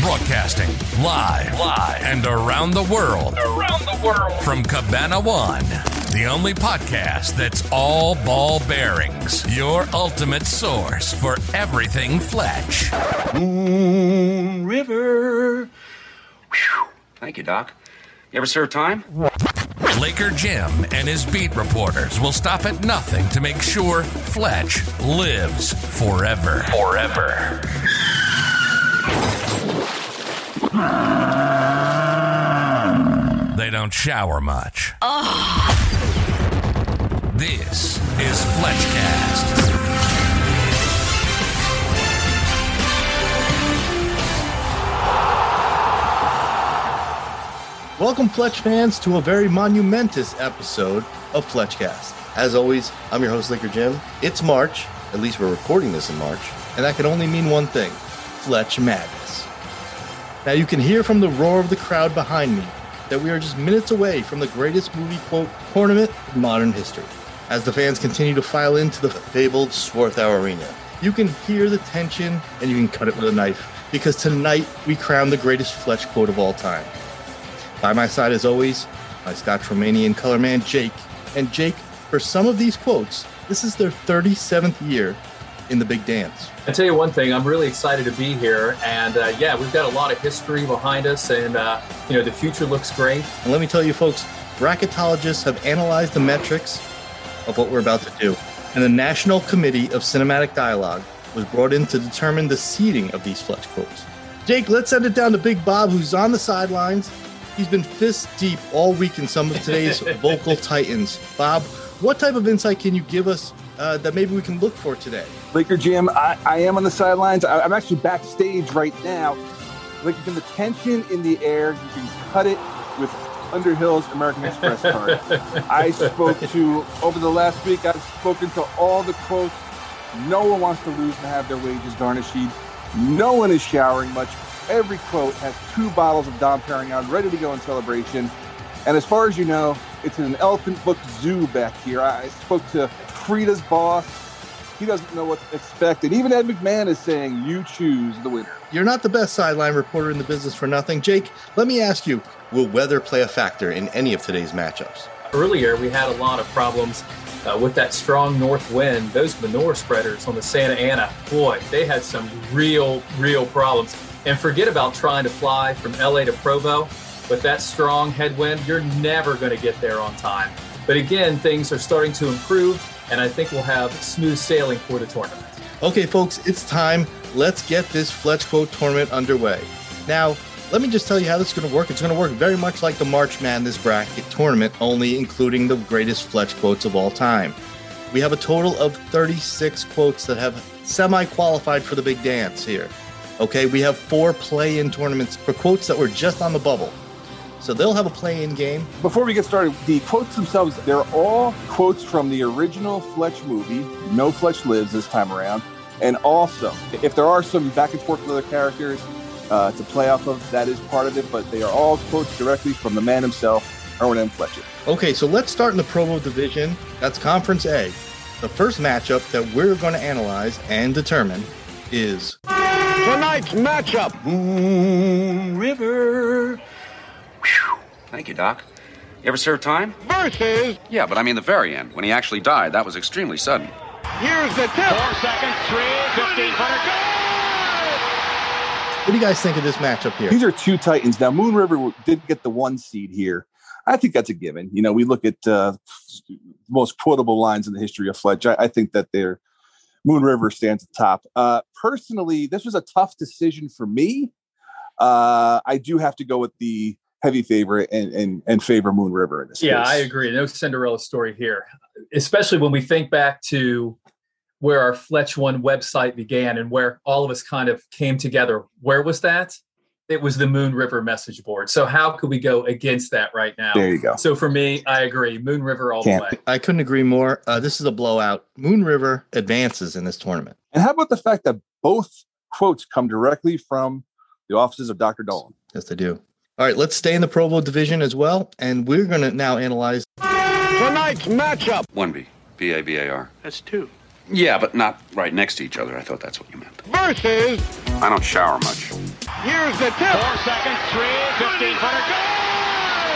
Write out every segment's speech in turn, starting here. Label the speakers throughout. Speaker 1: Broadcasting live, live, and around the world. Around the world from Cabana One, the only podcast that's all ball bearings. Your ultimate source for everything Fletch.
Speaker 2: Moon River. Whew. Thank you, Doc. You ever serve time?
Speaker 1: Laker Jim and his beat reporters will stop at nothing to make sure Fletch lives forever. Forever. They don't shower much. This is Fletchcast.
Speaker 3: Welcome, Fletch fans, to a very monumentous episode of Fletchcast. As always, I'm your host, Licker Jim. It's March, at least we're recording this in March, and that can only mean one thing Fletch Madness. Now, you can hear from the roar of the crowd behind me that we are just minutes away from the greatest movie quote tournament in modern history. As the fans continue to file into the fabled Swarthout Arena, you can hear the tension and you can cut it with a knife because tonight we crown the greatest Fletch quote of all time. By my side, as always, my Scotch Romanian color man, Jake. And Jake, for some of these quotes, this is their 37th year in the big dance.
Speaker 4: I tell you one thing, I'm really excited to be here, and uh, yeah, we've got a lot of history behind us, and uh, you know the future looks great.
Speaker 3: And let me tell you, folks, bracketologists have analyzed the metrics of what we're about to do. And the National Committee of Cinematic Dialogue was brought in to determine the seeding of these Fletch quotes. Jake, let's send it down to Big Bob, who's on the sidelines. He's been fist deep all week in some of today's vocal titans. Bob, what type of insight can you give us uh, that maybe we can look for today?
Speaker 5: Laker Jim, I, I am on the sidelines. I, I'm actually backstage right now. Laker Jim, the tension in the air, you can cut it with Underhill's American Express card. I spoke to, over the last week, I've spoken to all the quotes. No one wants to lose and have their wages garnished. No one is showering much. Every quote has two bottles of Dom Perignon ready to go in celebration. And as far as you know, it's an elephant book zoo back here. I I spoke to Frida's boss. He doesn't know what to expect. And even Ed McMahon is saying, you choose the winner.
Speaker 3: You're not the best sideline reporter in the business for nothing. Jake, let me ask you Will weather play a factor in any of today's matchups?
Speaker 4: Earlier, we had a lot of problems uh, with that strong north wind. Those manure spreaders on the Santa Ana, boy, they had some real, real problems. And forget about trying to fly from LA to Provo. With that strong headwind, you're never going to get there on time. But again, things are starting to improve, and I think we'll have smooth sailing for the tournament.
Speaker 3: Okay, folks, it's time. Let's get this Fletch Quote tournament underway. Now, let me just tell you how this is going to work. It's going to work very much like the March Madness bracket tournament, only including the greatest Fletch quotes of all time. We have a total of 36 quotes that have semi qualified for the big dance here. Okay, we have four play in tournaments for quotes that were just on the bubble. So they'll have a play in game.
Speaker 5: Before we get started, the quotes themselves, they're all quotes from the original Fletch movie, No Fletch Lives this time around. And also, if there are some back and forth with other characters uh, to play off of, that is part of it, but they are all quotes directly from the man himself, Erwin M. Fletcher.
Speaker 3: Okay, so let's start in the Provo division. That's Conference A. The first matchup that we're going to analyze and determine is
Speaker 6: Tonight's matchup
Speaker 2: Moon River. Whew. Thank you, Doc. You ever serve time?
Speaker 6: versus
Speaker 2: Yeah, but I mean the very end. When he actually died, that was extremely sudden.
Speaker 6: here's the tip.
Speaker 3: what do you guys think of this matchup here?
Speaker 5: These are two Titans. Now, Moon River w- did get the one seed here. I think that's a given. You know, we look at uh, most quotable lines in the history of Fletch. I, I think that they're Moon River stands at top. Uh, personally, this was a tough decision for me. Uh, I do have to go with the heavy favorite and and, and favor Moon River in this.
Speaker 4: Yeah,
Speaker 5: case.
Speaker 4: I agree. No Cinderella story here, especially when we think back to where our Fletch One website began and where all of us kind of came together. Where was that? It was the Moon River message board. So how could we go against that right now?
Speaker 5: There you go.
Speaker 4: So for me, I agree. Moon River all
Speaker 5: Can't
Speaker 4: the way.
Speaker 3: I couldn't agree more. Uh, this is a blowout. Moon River advances in this tournament.
Speaker 5: And how about the fact that both quotes come directly from the offices of Dr. Dolan?
Speaker 3: Yes, they do. All right, let's stay in the Provo division as well. And we're going to now analyze.
Speaker 6: Tonight's matchup.
Speaker 2: 1B. B A B A R.
Speaker 6: That's two.
Speaker 2: Yeah, but not right next to each other. I thought that's what you meant.
Speaker 6: Versus
Speaker 2: I don't shower much.
Speaker 6: Here's the tip.
Speaker 7: seconds, three, 1500,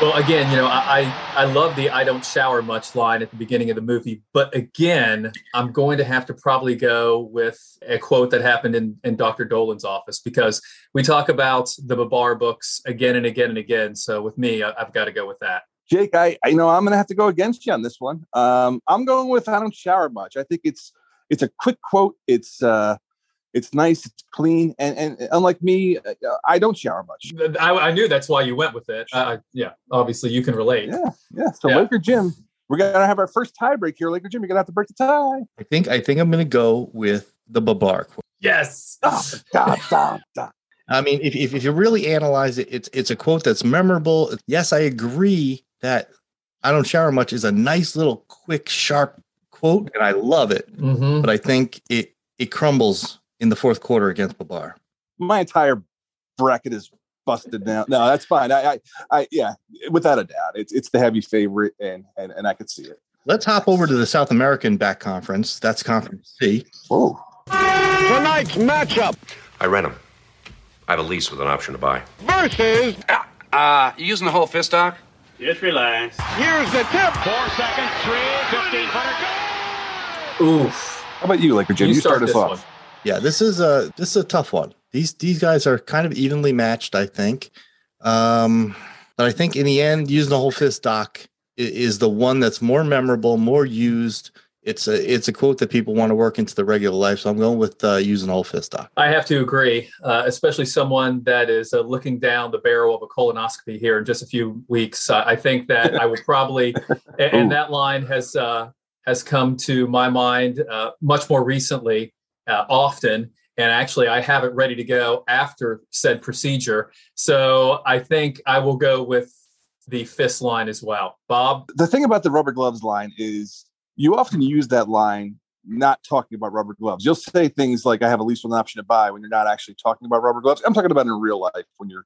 Speaker 4: Well, again, you know, I, I I love the "I don't shower much" line at the beginning of the movie, but again, I'm going to have to probably go with a quote that happened in, in Dr. Dolan's office because we talk about the Babar books again and again and again. So with me, I, I've got to go with that.
Speaker 5: Jake, I, I know I'm going to have to go against you on this one. Um, I'm going with I don't shower much. I think it's it's a quick quote. It's uh, it's nice. It's clean. And and unlike me, uh, I don't shower much.
Speaker 4: I, I knew that's why you went with it. Uh, yeah, obviously you can relate.
Speaker 5: Yeah, yeah. So
Speaker 4: Yeah.
Speaker 5: Laker Jim, we're gonna have our first tie break here. Laker Jim, you're gonna have to break the tie.
Speaker 3: I think I think I'm gonna go with the Babar quote.
Speaker 4: Yes.
Speaker 5: Oh, God, God, God.
Speaker 3: I mean, if, if, if you really analyze it, it's it's a quote that's memorable. Yes, I agree that I don't shower much is a nice little quick sharp quote, and I love it.
Speaker 4: hmm
Speaker 3: But I think it it crumbles in the fourth quarter against Babar.
Speaker 5: My entire bracket is busted now. No, that's fine. I, I, I yeah, without a doubt, it's it's the heavy favorite, and and and I could see it.
Speaker 3: Let's hop over to the South American back conference. That's conference C.
Speaker 5: Whoa.
Speaker 6: Tonight's matchup
Speaker 8: I rent them. I have a lease with an option to buy.
Speaker 6: versus.
Speaker 2: Uh, you using the whole fist, Doc?
Speaker 7: Just relax.
Speaker 6: Here's the tip.
Speaker 7: Four seconds, three, 1500,
Speaker 4: Oof.
Speaker 5: How about you, Laker Jim? You, start, us off.
Speaker 3: Yeah, this is a this is a tough one. These these guys are kind of evenly matched, I think. Um, but I think in the end, using the whole fist doc i- is the one that's more memorable, more used. It's a it's a quote that people want to work into the regular life. So I'm going with uh, using the whole fist doc.
Speaker 4: I have to agree, uh, especially someone that is uh, looking down the barrel of a colonoscopy here in just a few weeks. I I think that I would probably, and, and that line has uh, has come to my mind uh, much more recently, uh, often, and actually I have it ready to go after said procedure. So I think I will go with the fist line as well, Bob.
Speaker 5: the thing about the rubber gloves line is you often use that line not talking about rubber gloves. You'll say things like "I have a lease with an option to buy" when you're not actually talking about rubber gloves. I'm talking about in real life when you're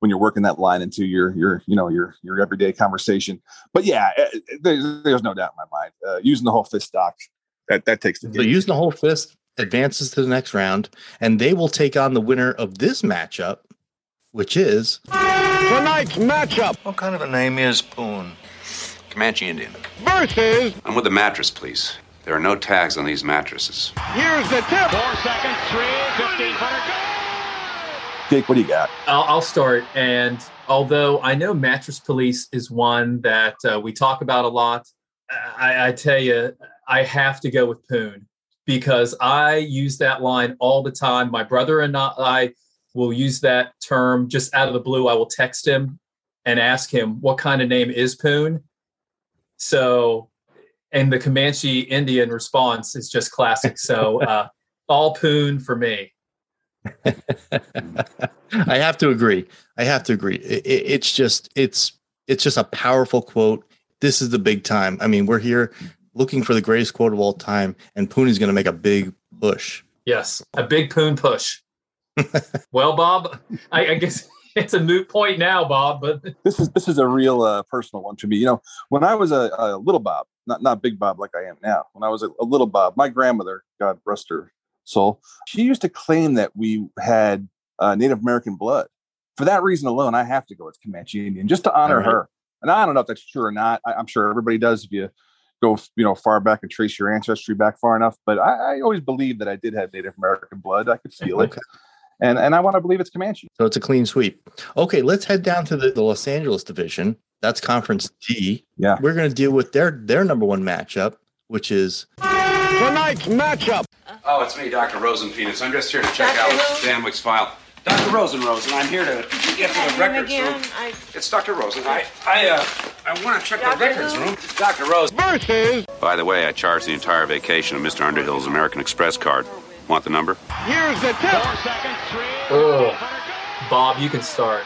Speaker 5: when you're working that line into your your you know your your everyday conversation. But yeah, eh, eh, there's, there's no doubt in my mind uh, using the whole fist doc that that takes the
Speaker 3: So using the whole fist advances to the next round, and they will take on the winner of this matchup, which is
Speaker 6: Tonight's matchup
Speaker 9: What kind of a name is Poon?
Speaker 8: Comanche Indian.
Speaker 6: versus.
Speaker 8: I'm with the mattress, please. There are no tags on these mattresses.
Speaker 6: Here's the tip.
Speaker 7: four seconds, three, 1500,
Speaker 5: Jake, what do you got?
Speaker 4: I'll, I'll start. And although I know mattress police is one that uh, we talk about a lot, I, I tell you, I have to go with Poon because I use that line all the time. My brother and I will use that term just out of the blue. I will text him and ask him, what kind of name is Poon? So, and the Comanche Indian response is just classic. So, uh, all Poon for me.
Speaker 3: I have to agree. I have to agree. It, it- it's just it's it's just a powerful quote. This is the big time. I mean, we're here looking for the greatest quote of all time, and Pooney's going to make a big push.
Speaker 4: Yes, a big poon push. well, Bob, I, I guess it's a moot point now, Bob. But
Speaker 5: this is this is a real uh, personal one to me. You know, when I was a, a little Bob, not not big Bob like I am now. When I was a, a little Bob, my grandmother, God rest her soul, she used to claim that we had uh, Native American blood. For that reason alone, I have to go with Comanche Indian just to honor
Speaker 3: All right.
Speaker 5: her. And I don't know if that's true or not. I, I'm sure everybody does if you go you know far back and trace your ancestry back far enough. But I, I always believed that I did have Native American blood. I could feel it,
Speaker 3: Okay.
Speaker 5: and and I want to believe it's Comanche.
Speaker 3: So it's a clean sweep. Okay, let's head down to the, the Los Angeles division. That's Conference D.
Speaker 5: Yeah.
Speaker 3: we're going to deal with their their number one matchup, which is
Speaker 6: Tonight's matchup
Speaker 2: Oh, it's me, Dr. Rosenpenis. I'm just here to check out Dan Wick's file. Dr. Rosenrosen, I'm here to get to the records room. It's Dr. Rosen. I, I, uh, I want to check the records room. Dr. Rosen.
Speaker 6: versus.
Speaker 8: By the way, I charged the entire vacation of Mr. Underhill's American Express card. Want the number?
Speaker 6: Here's the tip.
Speaker 7: four seconds, three,
Speaker 4: oh, Bob, you can start.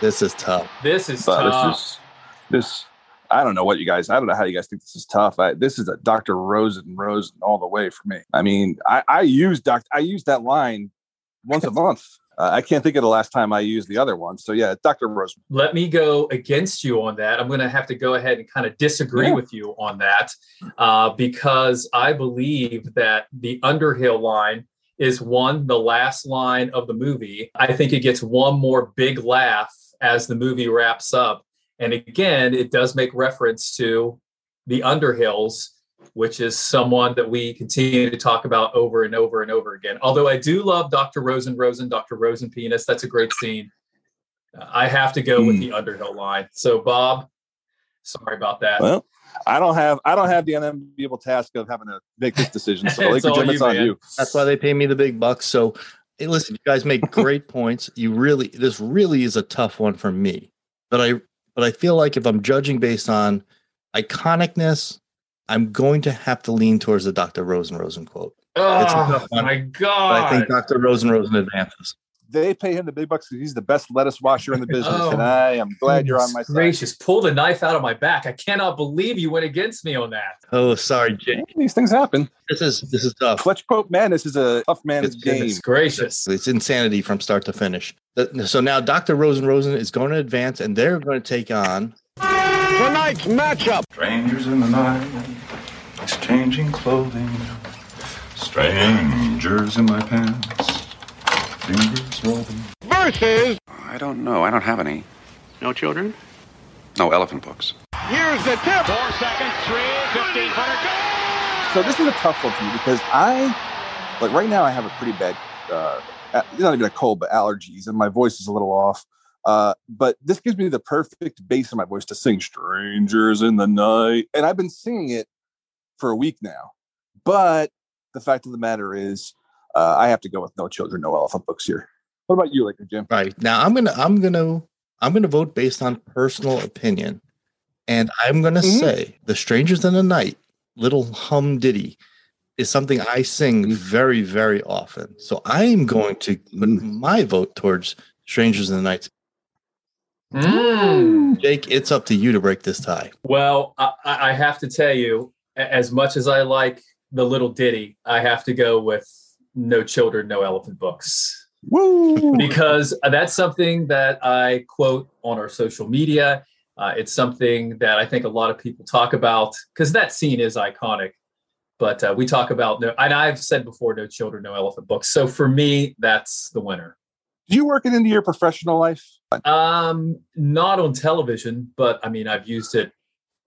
Speaker 3: this is tough.
Speaker 4: This is
Speaker 5: But
Speaker 4: tough.
Speaker 5: this is this. I don't know what you guys. I don't know how you guys think this is tough. I, this is a Dr. Rosen Rosen all the way for me. I mean, I, I use Doc. I use that line once a month. Uh, I can't think of the last time I used the other one. So yeah, Dr. Rosen.
Speaker 4: Let me go against you on that. I'm going to have to go ahead and kind of disagree
Speaker 5: Yeah.
Speaker 4: with you on that uh, because I believe that the Underhill line is one, the last line of the movie. I think it gets one more big laugh as the movie wraps up. And again, it does make reference to the Underhills, which is someone that we continue to talk about over and over and over again. Although I do love Dr. Rosen Rosen, Dr. Rosen Penis. That's a great scene. Uh, I have to go with the Underhill line. So, Bob, sorry about that.
Speaker 5: Well, I don't have I don't have the unenviable task of having to make this decision. So,
Speaker 4: It's
Speaker 5: Laker
Speaker 4: all
Speaker 5: Jim, it's
Speaker 4: you,
Speaker 5: on
Speaker 4: man.
Speaker 5: you.
Speaker 3: That's why they pay me the big bucks. So, hey, listen, you guys make great points. You really, this really is a tough one for me. But I, but I feel like if I'm judging based on iconicness, I'm going to have to lean towards the Dr. Rosen Rosen quote. It's a
Speaker 4: Oh
Speaker 3: tough one,
Speaker 4: my
Speaker 3: But I
Speaker 4: god!
Speaker 3: think Dr. Rosen Rosen advances.
Speaker 5: They pay him the big bucks because he's the best lettuce washer in the business,
Speaker 4: Oh.
Speaker 5: and I am glad you're on my
Speaker 4: Goodness
Speaker 5: side.
Speaker 4: gracious. Pull the knife out of my back. I cannot believe you went against me on that.
Speaker 3: Oh, sorry, Jake.
Speaker 5: These things happen.
Speaker 3: This is this is tough.
Speaker 5: Clutch quote madness is a tough man's
Speaker 3: It's
Speaker 5: game.
Speaker 4: Goodness gracious.
Speaker 3: It's insanity from start to finish. Th- So now Dr. Rosen Rosen is going to advance, and they're going to take on
Speaker 6: Tonight's matchup.
Speaker 9: Strangers in the night, exchanging clothing. Strangers in my pants, fingers rubbing.
Speaker 6: Versus,
Speaker 8: I don't know. I don't have any.
Speaker 7: No children?
Speaker 8: No elephant books.
Speaker 6: here's the tip.
Speaker 7: Four seconds, three, 15 footer, go!
Speaker 5: So this is a tough one for me because I, like right now, I have a pretty bad, uh, a- not even a cold, but allergies, and my voice is a little off. Uh, but this gives me the perfect bass in my voice to sing "Strangers in the Night," and I've been singing it for a week now. But the fact of the matter is, uh, I have to go with "No Children, No Elephant Books" here. What about you, Laker Jim?
Speaker 3: Right. Now I'm gonna I'm gonna I'm gonna vote based on personal opinion. And I'm gonna
Speaker 4: Mm-hmm.
Speaker 5: Mhm.
Speaker 3: say the strangers in the night, little hum ditty, is something I sing very, very often. So I am going to put my vote towards Strangers in the Night.
Speaker 4: Mm.
Speaker 3: Jake, it's up to you to break this tie.
Speaker 4: Well, I, I I have to tell you, a- as much as I like the little ditty, I have to go with "No Children, No Elephant Books."
Speaker 5: Woo!
Speaker 4: because that's something that I quote on our social media. Uh, it's something that I think a lot of people talk about because that scene is iconic. But uh, we talk about no, and I've said before, no children, no elephant books. So for me, that's the winner.
Speaker 5: Do you work it into your professional life?
Speaker 4: Um, not on television, but I mean, I've used it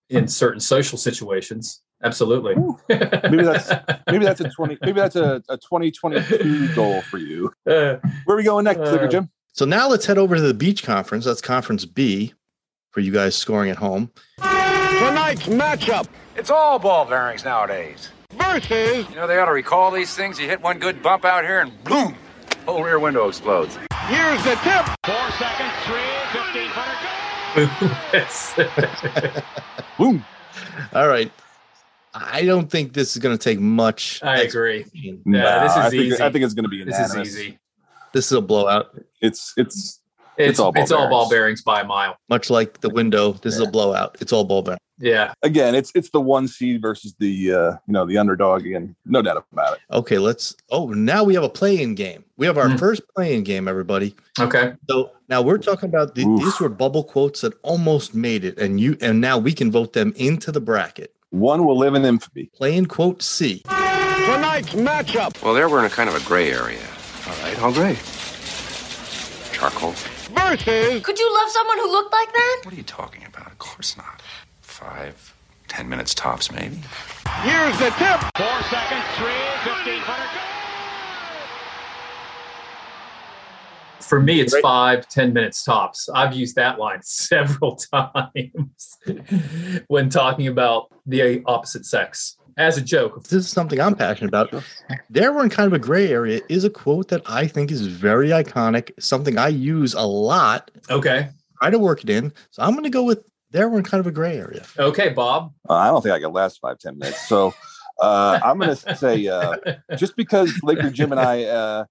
Speaker 4: in certain social situations. Absolutely. Maybe
Speaker 5: that's- Maybe that's a twenty. Maybe that's a, a twenty twenty two goal for you. Where are we going next, Laker
Speaker 4: Uh,
Speaker 5: Jim?
Speaker 3: So now let's head over to the beach conference. That's conference B for you guys scoring at home.
Speaker 6: Tonight's matchup.
Speaker 2: It's all ball bearings nowadays.
Speaker 6: Versus,
Speaker 2: You know, they ought to recall these things. You hit one good bump out here and boom, whole rear window explodes.
Speaker 6: here's the tip.
Speaker 7: Four seconds, three, 15 footer, go!
Speaker 5: Boom.
Speaker 3: All right. I don't think this is gonna take much.
Speaker 4: I agree.
Speaker 3: explanation.
Speaker 4: Yeah, this is
Speaker 5: I think,
Speaker 4: easy.
Speaker 5: I think it's going to be
Speaker 4: This is
Speaker 5: unanimous.
Speaker 4: easy.
Speaker 3: This is a blowout.
Speaker 5: It's it's
Speaker 4: It's,
Speaker 5: all ball
Speaker 4: it's all ball
Speaker 5: bearings.
Speaker 4: bearings by a mile.
Speaker 3: much like the window, this is a blowout. It's all ball back.
Speaker 4: Yeah.
Speaker 5: again, it's it's the one seed versus the uh, you know the underdog again. No doubt about it.
Speaker 3: Okay, let's. Oh, now we have a play-in game. We have our
Speaker 4: Hmm.
Speaker 3: first play-in game, everybody.
Speaker 4: Okay.
Speaker 3: So now we're talking about the,
Speaker 5: Oof.
Speaker 3: these were bubble quotes that almost made it, and you and now we can vote them into the bracket.
Speaker 5: One will live in infamy.
Speaker 3: Play-in quote C.
Speaker 6: Tonight's matchup.
Speaker 8: Well, there we're in a kind of a gray area. All right, all gray. Charcoal.
Speaker 6: Versus,
Speaker 10: Could you love someone who looked like that?
Speaker 8: What are you talking about? Of course not. Five, ten minutes tops, maybe.
Speaker 6: here's the tip.
Speaker 7: Four seconds, three, 15 footer, go!
Speaker 4: For me, it's
Speaker 3: Right.
Speaker 4: five, ten minutes tops. I've used that line several times when talking about the opposite sex as a joke.
Speaker 3: This is something I'm passionate about. There we're in kind of a gray area is a quote that I think is very iconic, something I use a lot.
Speaker 4: Okay.
Speaker 3: Try to work it in. So I'm going to go with there we're in kind of a gray area.
Speaker 4: Okay, Bob.
Speaker 5: Uh, I don't think I can last five ten minutes. So uh, I'm going to say uh, just because Laker Jim and I, uh,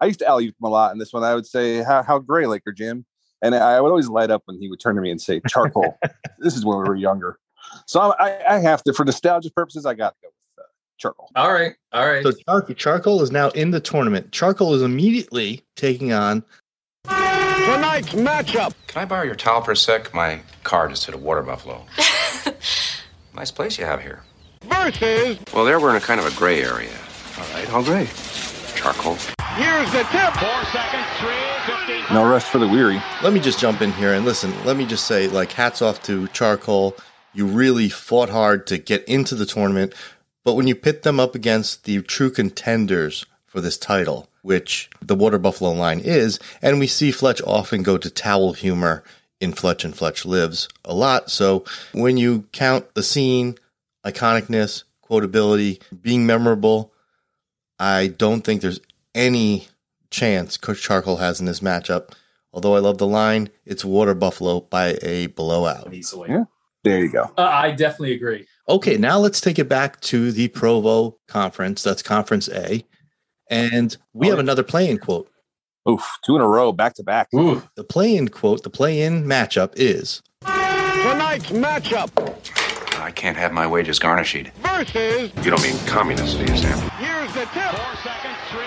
Speaker 5: I used to alley him a lot in this one. I would say how how gray Laker Jim, and I would always light up when he would turn to me and say charcoal. this is when we were younger. So I, I have to, for nostalgia purposes, I got to go with uh, charcoal.
Speaker 4: All right. All right.
Speaker 3: So Char- charcoal is now in the tournament. Charcoal is immediately taking on
Speaker 6: Tonight's matchup.
Speaker 8: Can I borrow your towel for a sec? My car just hit a water buffalo. nice place you have here.
Speaker 6: Versus,
Speaker 8: Well, there we're in a kind of a gray area. All right, all gray. charcoal.
Speaker 6: Here's the tip.
Speaker 7: Four seconds, three, 15.
Speaker 5: No rest for the weary.
Speaker 3: Let me just jump in here and listen. Let me just say, like, hats off to Charcoal. You really fought hard to get into the tournament, but when you pit them up against the true contenders for this title, which the Water Buffalo line is, and we see Fletch often go to towel humor in Fletch and Fletch Lives a lot. So when you count the scene, iconicness, quotability, being memorable, I don't think there's any chance Coach Charcoal has in this matchup. Although I love the line, it's Water Buffalo by a blowout.
Speaker 4: easily.
Speaker 5: Yeah. There you go.
Speaker 4: Uh, I definitely agree.
Speaker 3: Okay, now let's take it back to the Provo Conference. That's Conference A. And we have another play in quote.
Speaker 5: Oof, two in a row, back to back.
Speaker 4: Ooh,
Speaker 3: The play in quote, the play in matchup is
Speaker 6: Tonight's matchup
Speaker 8: I can't have my wages garnished.
Speaker 6: versus
Speaker 8: You don't mean communist, do you, Sam?
Speaker 6: here's the tip.
Speaker 7: Four seconds, three,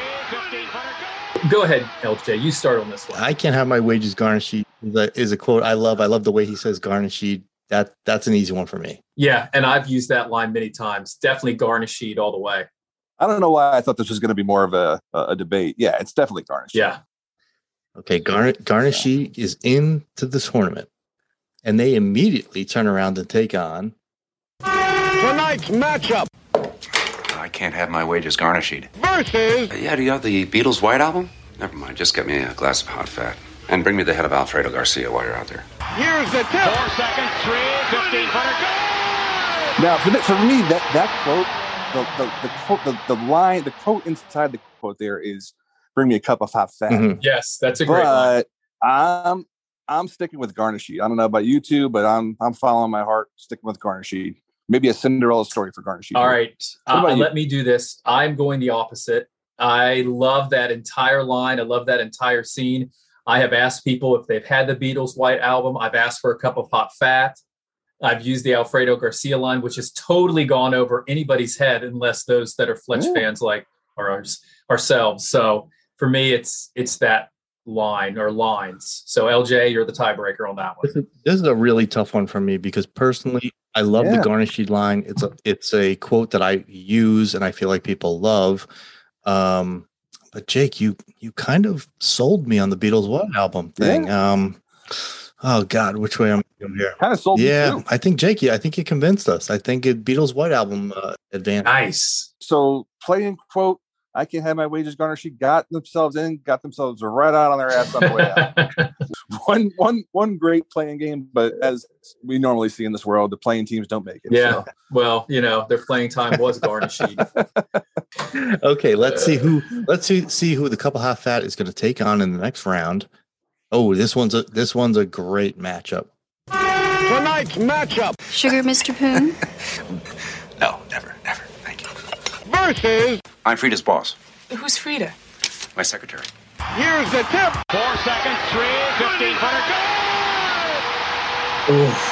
Speaker 7: 15.
Speaker 4: go ahead, LJ. You start on this one.
Speaker 3: I can't have my wages garnished is a- is a quote I love. I love the way he says garnished. That that's an easy one for me.
Speaker 4: yeah, and I've used that line many times. Definitely garnish sheet all the way.
Speaker 5: I don't know why I thought this was going to be more of a, a, a debate. Yeah, it's definitely garnished.
Speaker 4: Yeah.
Speaker 3: Okay, Garn- Garnishy is into the tournament, and they immediately turn around and take on.
Speaker 6: Tonight's matchup
Speaker 8: I can't have my wages garnished.
Speaker 6: versus
Speaker 8: Uh, Yeah, do you have the Beatles' White Album? Never mind, just get me a glass of hot fat. And bring me the head of Alfredo Garcia while you're out there.
Speaker 6: here's the tip.
Speaker 7: Four seconds, three, 15.
Speaker 5: Now, for, the, for me, that that quote, the the the, quote, the the line, the quote inside the quote there is, "Bring me a cup of hot fat."
Speaker 3: Mhm.
Speaker 4: Yes, that's Mm-hmm. a great line.
Speaker 5: But I'm I'm sticking with garnishy. I don't know about you two, but I'm I'm following my heart, sticking with garnishy. Maybe a Cinderella story for garnishy.
Speaker 4: All right.
Speaker 5: What
Speaker 4: Uh,
Speaker 5: about you?
Speaker 4: let me do this. I'm going the opposite. I love that entire line. I love that entire scene. I have asked people if they've had the Beatles' White Album. I've asked for a cup of hot fat. I've used the Alfredo Garcia line, which has totally gone over anybody's head, unless those that are Fletch
Speaker 5: Yeah.
Speaker 4: fans like ours, ourselves. So for me, it's it's that line or lines. So LJ, you're the tiebreaker on that one.
Speaker 3: This is, this is a really tough one for me because personally, I love the
Speaker 5: Yeah.
Speaker 3: garnished line. It's a it's a quote that I use and I feel like people love. Um, but Jake, you you kind of sold me on the Beatles What album thing. Um, oh God, which way am I going here?
Speaker 5: Kind of sold. me
Speaker 3: Yeah,
Speaker 5: too.
Speaker 3: I think Jake, yeah, I think you convinced us. I think it Beatles White album uh, advanced.
Speaker 4: Nice.
Speaker 5: So playing quote, I can have my wages garnishy. Got themselves in, got themselves right out on their ass on the way out. one one one great playing game, but as we normally see in this world, the playing teams don't make it.
Speaker 4: Yeah.
Speaker 5: so.
Speaker 4: Well, you know, their playing time was garnished.
Speaker 3: Okay, let's see who let's see, see who the couple hot fat is going to take on in the next round. Oh, this one's a this one's a great matchup.
Speaker 6: Tonight's matchup
Speaker 10: Sugar Mr. Poon?
Speaker 8: No, never, never. Thank you.
Speaker 6: versus
Speaker 8: I'm Frida's boss,
Speaker 11: Who's Frida?
Speaker 8: my secretary.
Speaker 6: here's the tip.
Speaker 7: Four seconds, three, 15.
Speaker 4: Oof.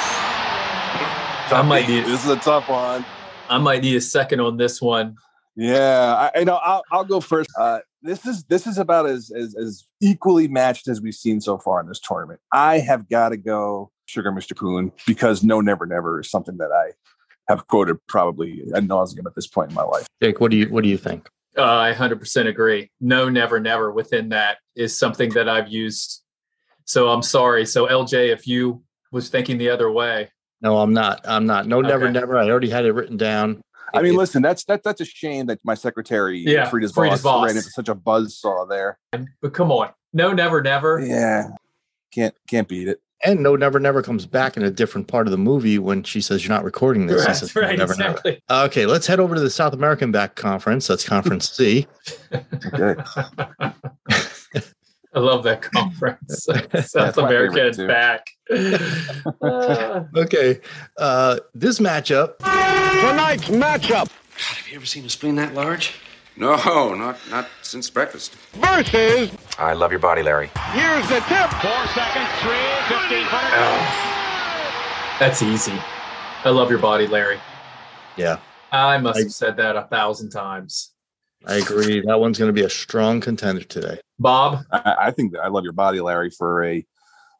Speaker 4: I might need
Speaker 5: This is a tough one.
Speaker 4: I might need a second on this one.
Speaker 5: Yeah, I, I know. I'll, I'll go first. Uh, this is this is about as, as as equally matched as we've seen so far in this tournament. I have got to go Sugar Mr. Poon because No Never Never is something that I have quoted probably ad nauseum at this point in my life.
Speaker 3: Jake, what do you what do you think?
Speaker 4: Uh, I 100% agree. No, never, never within that is something that I've used. So I'm sorry. So LJ, if you was thinking the other way,
Speaker 3: No, I'm not. I'm not. No, never,
Speaker 4: Okay.
Speaker 3: never. I already had it written down.
Speaker 5: I mean,
Speaker 3: It-
Speaker 5: listen, that's that that's a shame that my secretary
Speaker 4: Yeah,
Speaker 5: Frida's,
Speaker 4: Frida's
Speaker 5: boss,
Speaker 4: boss.
Speaker 5: ran into such a buzz saw there.
Speaker 4: but come on. No, never, never.
Speaker 5: Yeah, can't can't beat it.
Speaker 3: and no, never, never comes back in a different part of the movie when she says you're not recording this. He
Speaker 4: That's
Speaker 3: says, "No,
Speaker 4: right.
Speaker 3: never, never."
Speaker 4: exactly.
Speaker 3: Okay, let's head over to the South American back conference. That's Conference C.
Speaker 5: Okay.
Speaker 4: I love that conference. South
Speaker 5: my favorite
Speaker 4: American
Speaker 5: too.
Speaker 4: back. Uh,
Speaker 3: Okay, uh, this matchup
Speaker 6: Tonight's matchup
Speaker 8: God, have you ever seen a spleen that large? No, not not since breakfast.
Speaker 6: versus
Speaker 8: I love your body, Larry.
Speaker 6: here's the tip.
Speaker 7: Four seconds, three, 15.
Speaker 4: that's easy. I love your body, Larry.
Speaker 3: Yeah.
Speaker 4: I must
Speaker 3: I-
Speaker 4: have said that a thousand times.
Speaker 3: I agree. That one's going to be a strong contender today.
Speaker 4: Bob,
Speaker 5: I, I think that I love your body, Larry, for a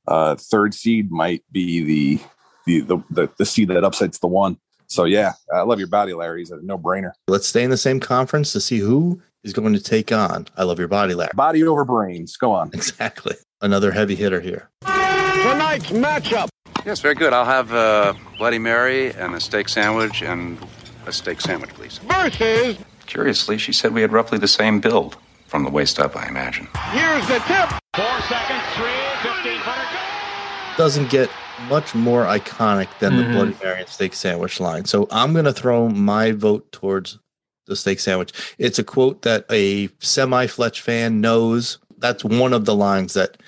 Speaker 5: uh, third seed might be the the, the the the seed that upsets the one. So yeah, I love your body, Larry. Is a no brainer.
Speaker 3: Let's stay in the same conference to see who is going to take on I Love Your Body Larry.
Speaker 5: Body over brains. Go on.
Speaker 3: Exactly. Another heavy hitter here.
Speaker 6: Tonight's matchup.
Speaker 8: Yes, very good. I'll have uh, Bloody Mary and a steak sandwich and a steak sandwich, please.
Speaker 6: Versus,
Speaker 8: Curiously, she said we had roughly the same build from the waist up, I imagine.
Speaker 6: here's the tip.
Speaker 7: Four seconds, three, 1500, go!
Speaker 3: Doesn't get much more iconic than
Speaker 4: Mhm.
Speaker 3: the Bloody Mary and steak sandwich line. So I'm going to throw my vote towards the steak sandwich. It's a quote that a semi Fletch fan knows. That's one of the lines that,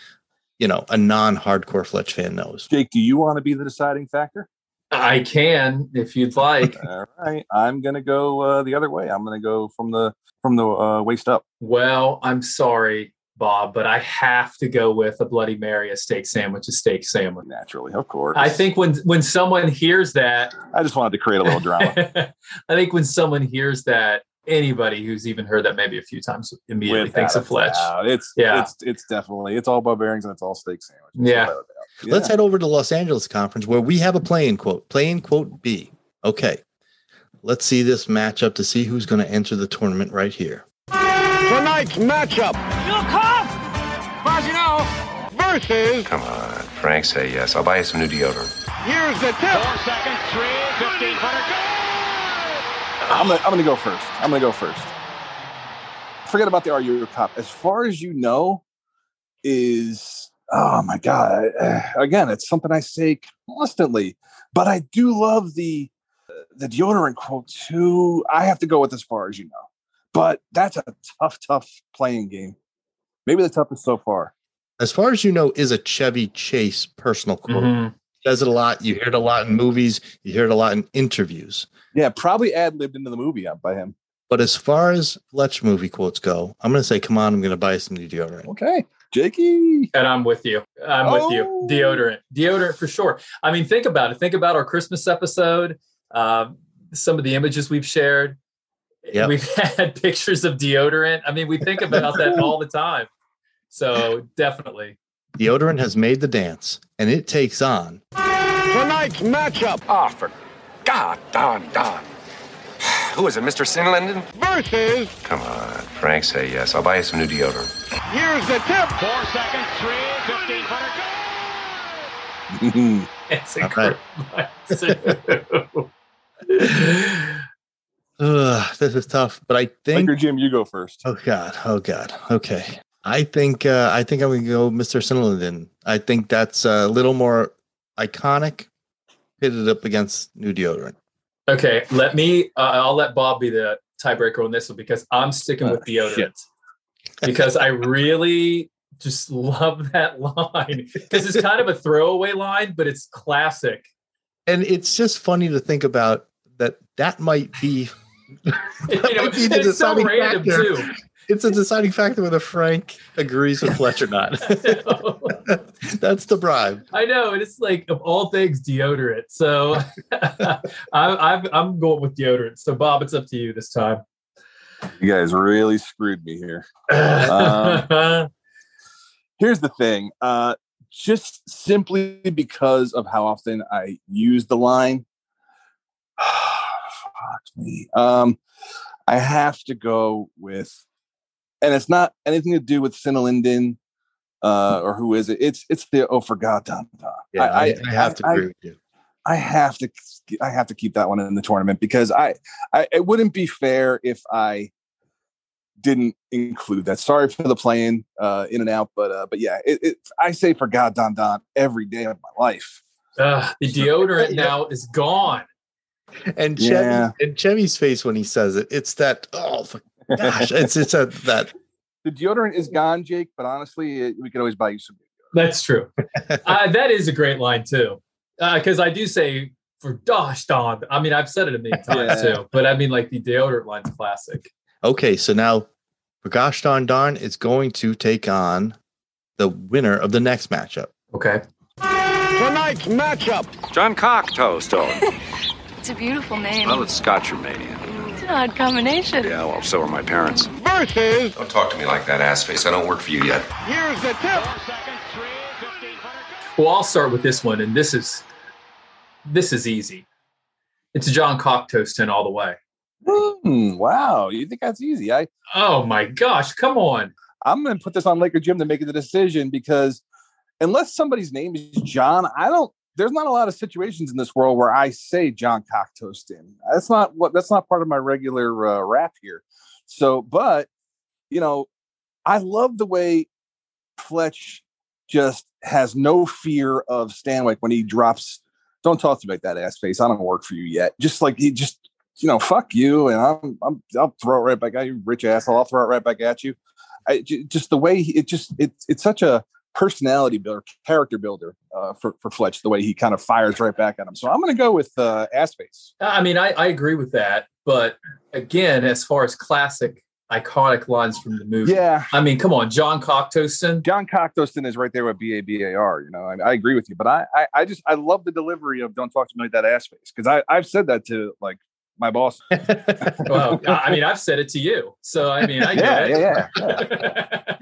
Speaker 3: you know, a non hardcore Fletch fan knows.
Speaker 5: Jake, do you want to be the deciding factor?
Speaker 4: I can if you'd like.
Speaker 5: All right. I'm going to go uh, the other way. I'm going to go from the from the uh, waist up.
Speaker 4: Well, I'm sorry, Bob, but I have to go with a Bloody Mary, a steak sandwich, a steak sandwich.
Speaker 5: Naturally, of course.
Speaker 4: I think when when someone hears that,
Speaker 5: I just wanted to create a little drama.
Speaker 4: I think when someone hears that, anybody who's even heard that maybe a few times immediately
Speaker 5: Without
Speaker 4: thinks
Speaker 5: a
Speaker 4: of Fletch.
Speaker 5: doubt. It's
Speaker 4: Yeah.
Speaker 5: it's it's definitely it's all about bearings and it's all steak sandwiches.
Speaker 4: Yeah.
Speaker 5: Without a doubt.
Speaker 3: Let's
Speaker 5: Yeah.
Speaker 3: head over to Los Angeles conference where we have a playing quote. Playing quote B. Okay. Let's see this matchup to see who's going to enter the tournament right here.
Speaker 6: Tonight's matchup. Versus,
Speaker 8: Come on, Frank, say yes. I'll buy you some new deodorant.
Speaker 6: here's the tip.
Speaker 7: Four seconds, three, 1500, go!
Speaker 5: I'm gonna, I'm gonna go first. I'm gonna go first. Forget about the Are You a Cop? As far as you know, is oh my god! eh, Again, it's something I say constantly, but I do love the the deodorant quote too. I have to go with As far as you know, but that's a tough, tough playing game. Maybe the toughest so far.
Speaker 3: As far as you know, is a Chevy Chase personal quote.
Speaker 4: Mhm.
Speaker 3: Does it a lot. You hear it a lot in movies. You hear it a lot in interviews.
Speaker 5: Yeah, probably ad libbed into the movie up by him.
Speaker 3: But as far as Fletch movie quotes go, I'm going to say, come on, I'm going to buy some new deodorant.
Speaker 5: Okay, Jakey.
Speaker 4: And I'm with you. I'm with
Speaker 5: Oh.
Speaker 4: you. Deodorant. Deodorant for sure. I mean, think about it. Think about our Christmas episode, um, some of the images we've shared.
Speaker 3: Yep.
Speaker 4: We've had pictures of deodorant. I mean, we think about that all the time. So definitely.
Speaker 3: Deodorant has made the dance and it takes on.
Speaker 6: Tonight's matchup.
Speaker 9: Ah, for God, Don, Don. Who is it, Mr. Sinlanden?
Speaker 6: Versus,
Speaker 8: Come on, Frank, say yes. I'll buy you some new deodorant.
Speaker 6: here's the tip.
Speaker 7: Four seconds, three, 1500, go!
Speaker 4: It's a
Speaker 3: All right.
Speaker 4: great mindset.
Speaker 3: Ugh, this is tough, but I think.
Speaker 5: Baker Jim, you go first.
Speaker 3: Oh God! Oh God! Okay, I think uh, I think I'm going to go Mr. Sinlanden. I think that's a little more iconic. Pitted up against new deodorant.
Speaker 4: Okay, let me. Uh, I'll let Bob be the tiebreaker on this one because I'm sticking with
Speaker 3: Ah,
Speaker 4: deodorant because I really just love that line because it's kind of a throwaway line, but it's classic.
Speaker 3: and it's just funny to think about that. That might be
Speaker 4: You know,
Speaker 3: might be
Speaker 4: and
Speaker 3: the
Speaker 4: it's so
Speaker 3: deciding
Speaker 4: random
Speaker 3: factor.
Speaker 4: too.
Speaker 3: it's a deciding factor whether Frank agrees with Fletch or not. that's the bribe.
Speaker 4: I know, and it's like of all things deodorant. So I, I'm I'm going with deodorant. So Bob, it's up to you this time.
Speaker 5: You guys really screwed me here. Um, here's the thing uh just simply because of how often i use the line fuck me um i have to go with and it's not anything to do with Sinalinden, uh or who is it it's it's the oh for god Dun Dun.
Speaker 3: Yeah, I, I have to
Speaker 5: I-
Speaker 3: agree with you.
Speaker 5: I have to I have to keep that one in the tournament because I, I it wouldn't be fair if I didn't include that. Sorry for the playing uh, in and out, but uh, but yeah, it, it, I say for God Don Don every day of my life.
Speaker 4: Ugh, the deodorant now is gone.
Speaker 3: And Chevy,
Speaker 5: Yeah.
Speaker 3: and Chevy's face when he says it, it's that oh for gosh, it's it's a, that
Speaker 5: The deodorant is gone, Jake. But honestly, it, we could always buy you some.
Speaker 4: That's true. uh, that is a great line too, because I do say for dosh don. I mean, I've said it a million times
Speaker 5: Yeah.
Speaker 4: too, but I mean, like the deodorant line's classic.
Speaker 3: okay. So now, gosh darn darn is going to take on the winner of the next matchup.
Speaker 4: Okay.
Speaker 6: Tonight's matchup.
Speaker 8: John Cocktoastone.
Speaker 10: It's a beautiful name.
Speaker 8: well, it's Scotch Romanian.
Speaker 10: It's an odd combination.
Speaker 8: Yeah, well, so are my parents.
Speaker 6: Versus,
Speaker 8: Don't talk to me like that, ass face. I don't work for you yet.
Speaker 6: here's the tip.
Speaker 7: Four seconds, three, 1500, go!
Speaker 4: Well, I'll start with this one, and this is this is easy. It's John Cocktoastin all the way.
Speaker 5: Hmm, wow, you think that's easy? I
Speaker 4: oh my gosh, come on.
Speaker 5: I'm going to put this on Laker Jim to make the decision because unless somebody's name is John, I don't. There's not a lot of situations in this world where I say John Cocktoastin. That's not what. That's not part of my regular uh, rap here. So, but you know, I love the way Fletch just has no fear of Stanwyck when he drops. Don't talk to me like that ass face. I don't work for you yet. Just like he just, you know, fuck you, and I'm, I'm, I'll throw it right back at you, rich asshole. I'll throw it right back at you. I j- just the way he, it just it, it's such a personality builder, character builder uh, for for Fletch. The way he kind of fires right back at him. So I'm going to go with uh, ass face.
Speaker 4: I mean, I, I agree with that, but again, as far as classic iconic lines from the movie,
Speaker 5: Yeah,
Speaker 4: I mean, come on, John Cocktoastin.
Speaker 5: John Cocktoastin is right there with B A B A R. You know, I, I agree with you, but I, I I just I love the delivery of "Don't talk to me like that ass face" because I I've said that to like my boss.
Speaker 4: Well, I I mean, I've said it to you, so I mean, I
Speaker 5: yeah,
Speaker 4: get
Speaker 5: yeah,
Speaker 4: it.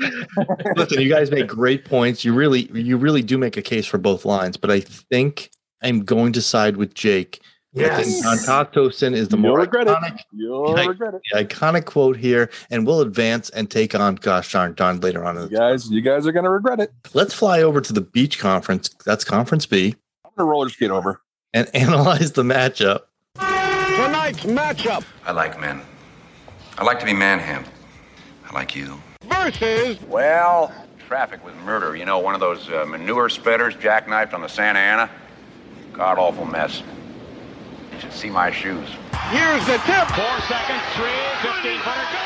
Speaker 5: yeah.
Speaker 3: Listen, you guys make great points. You really, you really do make a case for both lines, but I think I'm going to side with Jake. I think
Speaker 4: yes.
Speaker 3: John Cocktosin is the
Speaker 5: You'll
Speaker 3: more
Speaker 5: regret it.
Speaker 3: iconic,
Speaker 5: You'll
Speaker 3: Like,
Speaker 5: regret it.
Speaker 3: the iconic quote here, and we'll advance and take on gosh darn Don later on. in
Speaker 5: You
Speaker 3: the
Speaker 5: guys, you guys are gonna regret it.
Speaker 3: Let's fly over to the beach conference. That's conference B,
Speaker 5: I'm gonna roller skate over.
Speaker 3: and analyze the matchup.
Speaker 6: Tonight's matchup
Speaker 8: I like men. I like to be manhandled. I like you.
Speaker 6: versus
Speaker 8: Well, traffic with murder. You know, one of those uh, manure spreaders jackknifed on the Santa Ana. God awful mess. You should see my shoes.
Speaker 6: here's the tip.
Speaker 7: Four seconds, three, 1500, go!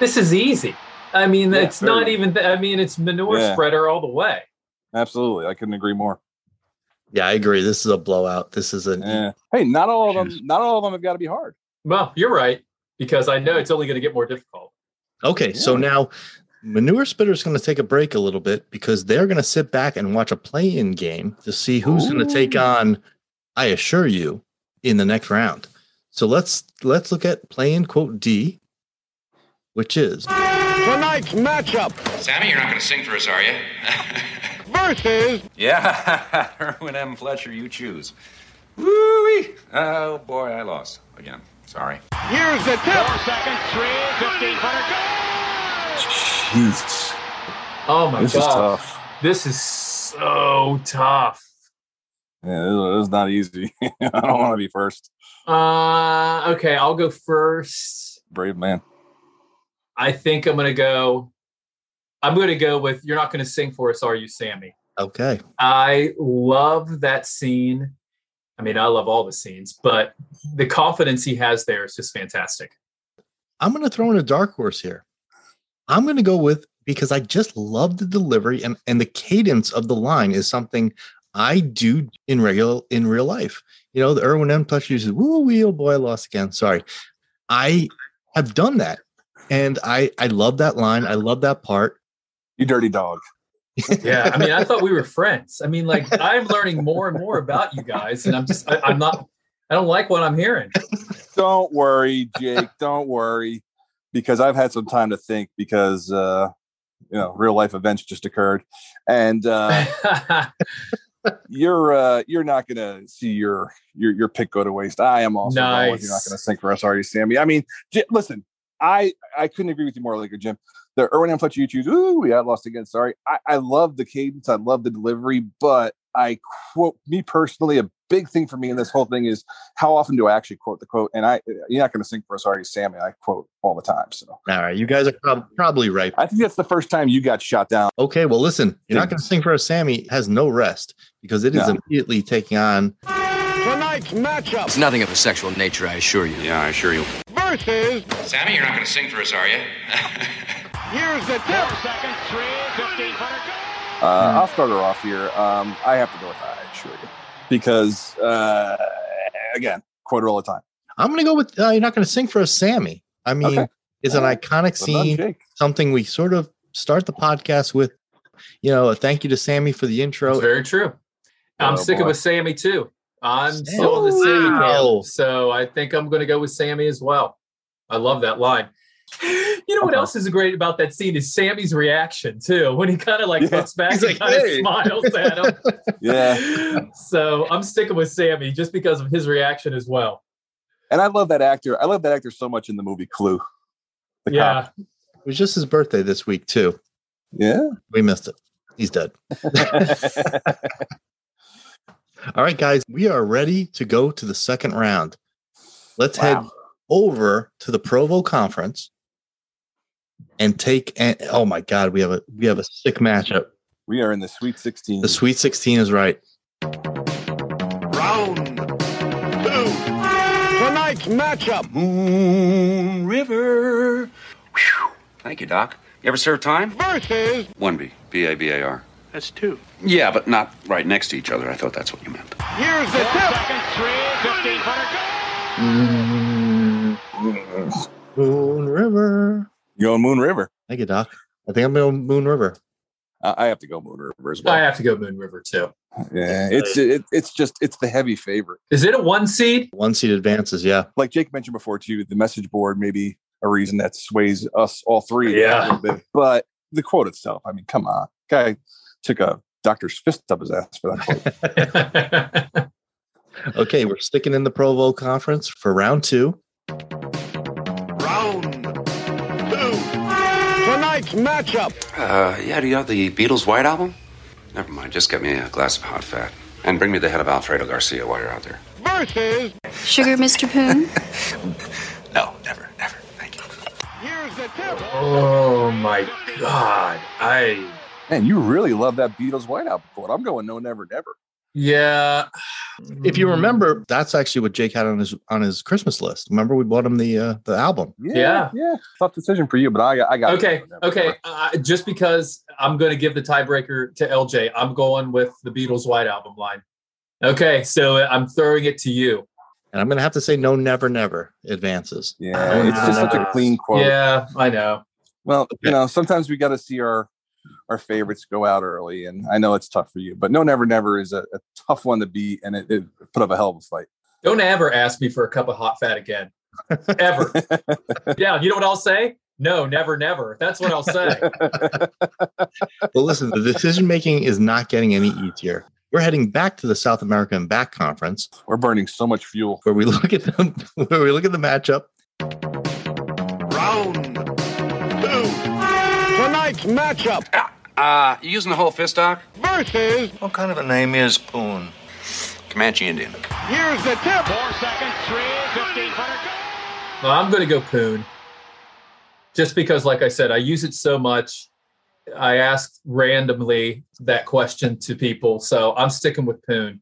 Speaker 4: This is easy. I mean,
Speaker 5: Yeah,
Speaker 4: it's
Speaker 5: very
Speaker 4: not
Speaker 5: easy.
Speaker 4: even. th- I mean, it's manure
Speaker 5: Yeah.
Speaker 4: spreader all the way.
Speaker 5: Absolutely, I couldn't agree more.
Speaker 3: Yeah, I agree. This is a blowout. This is an
Speaker 5: Yeah. Eh, Hey, not all of them. Not all of them have got to be hard.
Speaker 4: Well, you're right because I know it's only going to get more difficult.
Speaker 3: Okay, so
Speaker 5: Yeah.
Speaker 3: now Manure Spitter's going to take a break a little bit because they're going to sit back and watch a play in game to see who's going to take on, I assure you, in the next round. So let's let's look at play in quote D, which is
Speaker 6: Tonight's matchup
Speaker 8: Sammy, you're not going to sing for us, are you?
Speaker 6: versus
Speaker 8: yeah, Erwin M. Fletcher, you choose. Woo-wee. Oh boy, I lost again. Sorry.
Speaker 6: here's the tip.
Speaker 7: Four seconds, three, 1500, go!
Speaker 5: Jesus,
Speaker 4: Oh my
Speaker 5: this
Speaker 4: god,
Speaker 5: is tough.
Speaker 4: this is so tough.
Speaker 5: Yeah, this this is not easy. I don't want to be first.
Speaker 4: Uh, okay, I'll go first.
Speaker 5: Brave man.
Speaker 4: I think I'm gonna go. I'm gonna go with "You're not gonna sing for us, are you, Sammy?"
Speaker 3: okay.
Speaker 4: I love that scene. I mean, I love all the scenes, but the confidence he has there is just fantastic.
Speaker 3: I'm going to throw in a dark horse here. I'm going to go with because I just love the delivery and and the cadence of the line is something I do in regular in real life. You know, the Irwin M. Touch uses woo wee oh boy, I lost again. Sorry, I have done that, and I I love that line. I love that part.
Speaker 5: You dirty dog.
Speaker 4: Yeah, I mean, I thought we were friends. I mean, like I'm learning more and more about you guys, and I'm just I, I'm not. I don't like what I'm hearing.
Speaker 5: Don't worry, Jake. don't worry, because I've had some time to think because uh, you know real life events just occurred, and uh, you're uh, you're not gonna see your your your pick go to waste. I am also going with you're not
Speaker 4: Nice.
Speaker 5: gonna sink for us, are you, Sammy? I mean, j- listen, I I couldn't agree with you more, Laker Jim. The Irwin and Fletcher you choose. Ooh, we got lost again. Sorry. I, I love the cadence. I love the delivery, but I quote me personally. A big thing for me in this whole thing is how often do I actually quote the quote? And I, you're not going to sing for us, are you, Sammy? I quote all the time. So
Speaker 3: All right, you guys are prob- probably right.
Speaker 5: I think that's the first time you got shot down.
Speaker 3: Okay, well, listen, you're not going to sing for us. Sammy has no rest because it is
Speaker 5: No.
Speaker 3: immediately taking on
Speaker 6: Tonight's matchup
Speaker 11: nothing of a sexual nature, I assure you.
Speaker 8: Yeah, I assure you.
Speaker 6: versus
Speaker 8: Sammy, you're not going to sing for us, are you?
Speaker 6: here's the
Speaker 7: Four
Speaker 6: tip.
Speaker 7: seconds, three, 1500, go!
Speaker 5: Uh, I'll start her off here. Um, I have to go with I assure you because uh, again, quote it all the time.
Speaker 3: I'm going to go with uh, you're not going to sing for us, Sammy. I mean,
Speaker 5: Okay.
Speaker 3: it's an
Speaker 5: All right.
Speaker 3: iconic
Speaker 5: But not
Speaker 3: scene,
Speaker 5: Jake.
Speaker 3: something we sort of start the podcast with. You know, a thank you to Sammy for the
Speaker 4: It's
Speaker 3: intro.
Speaker 4: very true. I'm
Speaker 5: Oh,
Speaker 4: sticking
Speaker 5: boy.
Speaker 4: with Sammy too. I'm
Speaker 3: Sammy.
Speaker 4: still on the Sammy
Speaker 3: Wow.
Speaker 4: camp, so I think I'm going to go with Sammy as well. I love that line. You know what
Speaker 5: Uh-huh.
Speaker 4: else is great about that scene is Sammy's reaction too, when he kind of like
Speaker 5: Yeah.
Speaker 4: looks back
Speaker 3: He's
Speaker 4: and
Speaker 3: like,
Speaker 4: kind of
Speaker 3: "Hey."
Speaker 4: smiles at him.
Speaker 5: Yeah.
Speaker 4: So I'm sticking with Sammy just because of his reaction as well.
Speaker 5: And I love that actor. I love that actor so much in the movie Clue. The
Speaker 4: yeah.
Speaker 5: cop.
Speaker 3: It was just his birthday this week too.
Speaker 5: Yeah.
Speaker 3: We missed it. He's dead. All right, guys, we are ready to go to the second round. Let's head
Speaker 5: Wow.
Speaker 3: over to the Provo Conference and take. And oh my God, we have a we have a sick matchup.
Speaker 5: We are in the Sweet 16.
Speaker 3: The Sweet Sixteen is right.
Speaker 6: Round two. Tonight's matchup.
Speaker 2: Moon River. Whew. Thank you, Doc. You ever serve time?
Speaker 6: Versus.
Speaker 2: One B. B A B A R.
Speaker 6: That's two.
Speaker 2: Yeah, but not right next to each other. I thought that's what you meant.
Speaker 6: Here's the tip.
Speaker 3: Moon River.
Speaker 5: You going Moon River?
Speaker 3: Thank you, Doc. I think I'm going Moon River.
Speaker 5: I I have to go Moon River as
Speaker 4: I
Speaker 5: well.
Speaker 4: have to go Moon River too.
Speaker 5: Yeah, it's it, it's just it's the heavy favorite.
Speaker 4: Is it a one seed?
Speaker 3: One seed advances. Yeah.
Speaker 5: Like Jake mentioned before, too, the message board may be a reason that sways us all three. a
Speaker 4: Yeah.
Speaker 5: little bit. but the quote itself, I mean, come on, guy took a doctor's fist up his ass for that. Quote.
Speaker 3: Okay, we're sticking in the Provo Conference for round two.
Speaker 6: Round two. Tonight's matchup.
Speaker 2: Uh, yeah, do you have the Beatles' White Album? Never mind. Just get me a glass of hot fat. And bring me the head of Alfredo Garcia while you're out there.
Speaker 6: Versus.
Speaker 10: Sugar, Mr. Poon?
Speaker 2: No, never, never. Thank you.
Speaker 6: Here's the tip.
Speaker 4: oh my god. I
Speaker 5: Man, you really love that Beatles White Album quote. I'm going no, never, never.
Speaker 4: yeah.
Speaker 3: If you remember, that's actually what Jake had on his on his Christmas list. Remember, we bought him the uh, the album.
Speaker 4: Yeah.
Speaker 5: yeah. Tough decision for you, but I, I got
Speaker 4: Okay,
Speaker 5: No, Never,
Speaker 4: okay.
Speaker 5: Never.
Speaker 4: Uh, just because I'm going to give the tiebreaker to LJ, I'm going with the Beatles' White Album line. Okay, so I'm throwing it to you.
Speaker 3: And I'm gonna have to say no, never, never advances.
Speaker 5: Yeah, it's just such a clean quote.
Speaker 4: Yeah, I know.
Speaker 5: Well, you know, sometimes we got to see our our favorites go out early, and I know it's tough for you, but no, never, never is a, a tough one to beat, and it, it put up a hell of a fight.
Speaker 4: Don't ever ask me for a cup of hot fat again. Ever. yeah, you know what I'll say? No, never, never. That's what I'll say.
Speaker 3: Well, listen, the decision making is not getting any easier. We're heading back to the South America and back conference
Speaker 5: We're burning so much fuel.
Speaker 3: where we look at them where we look at the matchup.
Speaker 6: Round two. Tonight's matchup.
Speaker 2: Uh, you using the whole fist, Doc?
Speaker 6: Versus.
Speaker 12: What kind of a name is Poon?
Speaker 8: Comanche Indian.
Speaker 6: Here's the tip.
Speaker 4: Well, I'm going to go Poon. Just because, like I said, I use it so much. I asked randomly that question to people. So I'm sticking with Poon.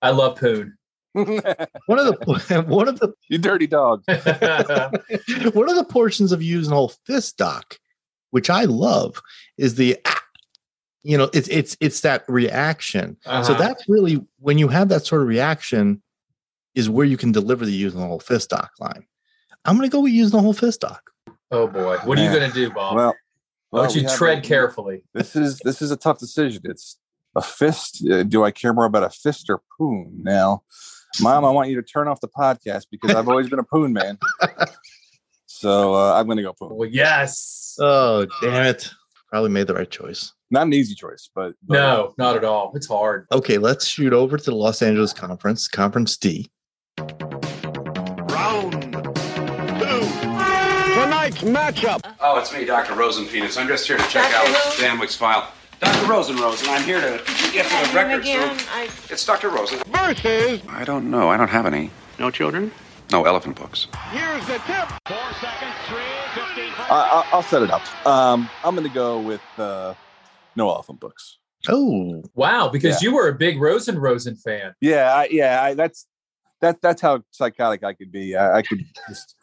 Speaker 4: I love Poon.
Speaker 3: One of the one of the
Speaker 5: you dirty dog. Uh-huh.
Speaker 4: yeah.
Speaker 3: one of the portions of using whole fist doc, which I love, is the ah. you know it's it's it's that reaction.
Speaker 4: Uh-huh.
Speaker 3: So that's really when you have that sort of reaction, is where you can deliver the using the whole fist doc line. I'm gonna go with using the whole fist doc.
Speaker 4: Oh, boy. What are you
Speaker 5: Man.
Speaker 4: going to do, Bob?
Speaker 5: Well,
Speaker 4: Why
Speaker 5: well,
Speaker 4: don't
Speaker 5: we
Speaker 4: you
Speaker 5: have
Speaker 4: tread
Speaker 5: a-
Speaker 4: carefully?
Speaker 5: This is this is a tough decision. It's a fist. Uh, do I care more about a fist or poon? Now, Mom, I want you to turn off the podcast because I've always been a poon man. So uh, I'm going to go poon.
Speaker 4: Well, yes.
Speaker 3: Oh damn it! Probably made the right choice.
Speaker 5: Not an easy choice, but, but
Speaker 4: No, not at all. It's hard.
Speaker 3: Okay, let's shoot over to the Los Angeles Conference, Conference D.
Speaker 6: Round two. Tonight's matchup.
Speaker 2: Oh, it's me, Dr. Rosen Peanuts. I'm just here to check
Speaker 10: Dr.
Speaker 2: out
Speaker 10: who?
Speaker 2: Dan Wick's file. Dr. Rosen Rosen, I'm here to get to the records room.
Speaker 10: I
Speaker 2: It's Dr. Rosen.
Speaker 6: Versus.
Speaker 8: I don't know. I don't have any.
Speaker 7: No children?
Speaker 8: No elephant books.
Speaker 6: Here's the tip.
Speaker 5: I, I, I'll set it up. Um, I'm going to go with uh, no elephant books.
Speaker 3: Oh,
Speaker 4: Wow, because you were a big Rosen Rosen fan.
Speaker 5: Yeah, I, yeah. I, that's that. That's how psychotic I could be. I, I could just,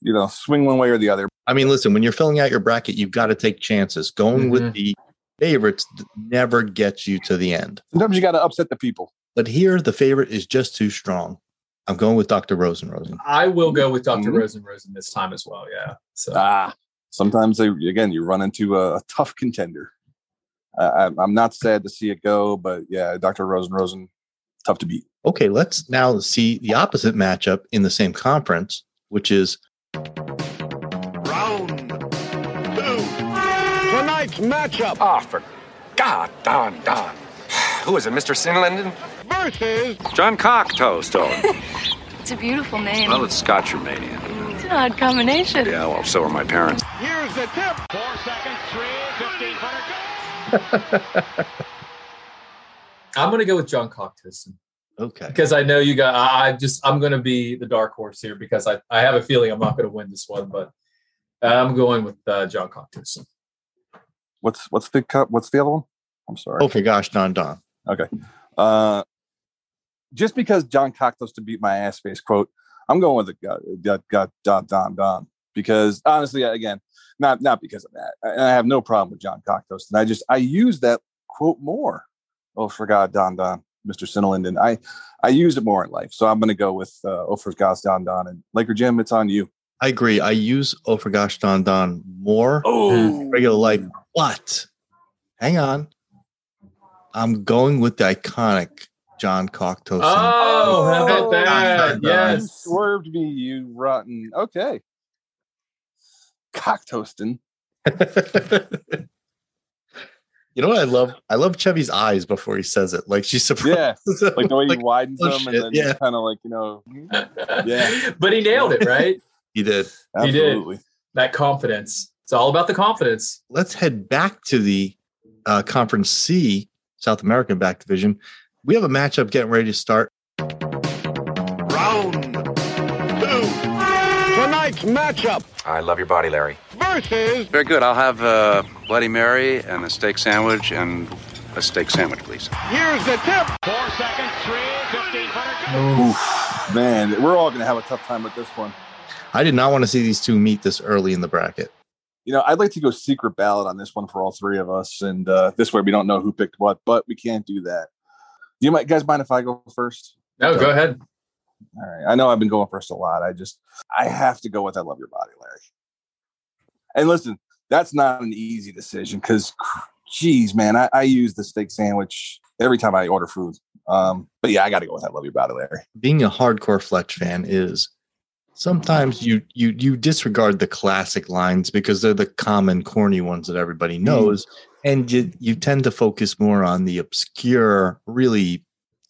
Speaker 5: you know, swing one way or the other.
Speaker 3: I mean, listen, when you're filling out your bracket, you've got to take chances. Going with
Speaker 4: Mhm.
Speaker 3: the favorites never gets you to the end.
Speaker 5: Sometimes you got to upset the people.
Speaker 3: But here, the favorite is just too strong. I'm going with Dr. Rosen Rosen.
Speaker 4: I will go with doctor
Speaker 5: Mhm.
Speaker 4: Rosen Rosen this time as well. Yeah. So
Speaker 5: Ah, sometimes they again you run into a, a tough contender. Uh, I, I'm not sad to see it go, but yeah, Dr. Rosen Rosen, tough to beat.
Speaker 3: Okay, let's now see the opposite matchup in the same conference, which is
Speaker 6: Round two. Tonight's matchup.
Speaker 9: Ah, for God, Don, Don. Who is it, Mr. Sinlandon?
Speaker 6: Versus.
Speaker 8: John Cock Toast.
Speaker 10: It's a beautiful name.
Speaker 8: Well, it's Scotchermania.
Speaker 10: It's an odd combination.
Speaker 8: Yeah, well, so are my parents.
Speaker 6: Here's the tip.
Speaker 7: Four seconds, three, 1500 go.
Speaker 4: I'm going to go with John Cocktiston.
Speaker 3: Okay.
Speaker 4: Because I know you got, I I just, I'm going to be the dark horse here because I, I have a feeling I'm not going to win this one, but I'm going with uh, John Cocktiston.
Speaker 5: What's what's the cup? What's the other one? I'm sorry.
Speaker 3: Oh, for gosh, Don Don.
Speaker 5: Okay. Uh, just because John Cocktos to beat my ass face quote, I'm going with it. Got got Don Don Don because honestly, again, not not because of that, and I have no problem with John Cocktos, and I just I use that quote more. Oh, for God, Don Don, Mr. Sinolinden. I I use it more in life, so I'm going to go with uh, Oh, for God, Don Don, and Laker Jim. It's on you.
Speaker 3: I agree. I use oh for gosh Don Don more
Speaker 5: Oh.
Speaker 3: in regular life, but hang on. I'm going with the iconic John Cocktosin.
Speaker 5: Ah.
Speaker 4: Oh, how about that?
Speaker 5: You
Speaker 4: Yes.
Speaker 5: swerved me, you rotten. Okay. Cock toasting.
Speaker 3: you know what I love? I love Chevy's eyes before he says it. Like she's surprised.
Speaker 5: Yeah. Like the way he widens
Speaker 3: oh,
Speaker 5: them
Speaker 3: shit,
Speaker 5: and then
Speaker 3: yeah.
Speaker 5: kind of like, you know, Yeah.
Speaker 4: But he nailed it, right?
Speaker 3: he did.
Speaker 4: He did.
Speaker 5: absolutely.
Speaker 4: that confidence. It's all about the confidence.
Speaker 3: Let's head back to the uh, Conference C, South American back division. We have a matchup getting ready to start.
Speaker 6: Round two. Tonight's matchup
Speaker 8: I love your body, Larry.
Speaker 6: versus
Speaker 8: Very good. I'll have a Bloody Mary and a steak sandwich and a steak sandwich, please.
Speaker 6: here's the tip.
Speaker 7: Four seconds, three, 1500 go.
Speaker 5: Oof, man, we're all going to have a tough time with this one.
Speaker 3: I did not want to see these two meet this early in the bracket.
Speaker 5: You know, I'd like to go secret ballot on this one for all three of us. And uh, this way we don't know who picked what, but we can't do that. Do you might, guys mind if I go first?
Speaker 4: No, go ahead.
Speaker 5: All right. I know I've been going first a lot. I just I have to go with I love your body, Larry. And listen, that's not an easy decision because geez, man, I, I use the steak sandwich every time I order food. Um, but yeah, I gotta go with I love your body, Larry.
Speaker 3: Being a hardcore Fletch fan is sometimes you you you disregard the classic lines because they're the common corny ones that everybody knows, and you you tend to focus more on the obscure, really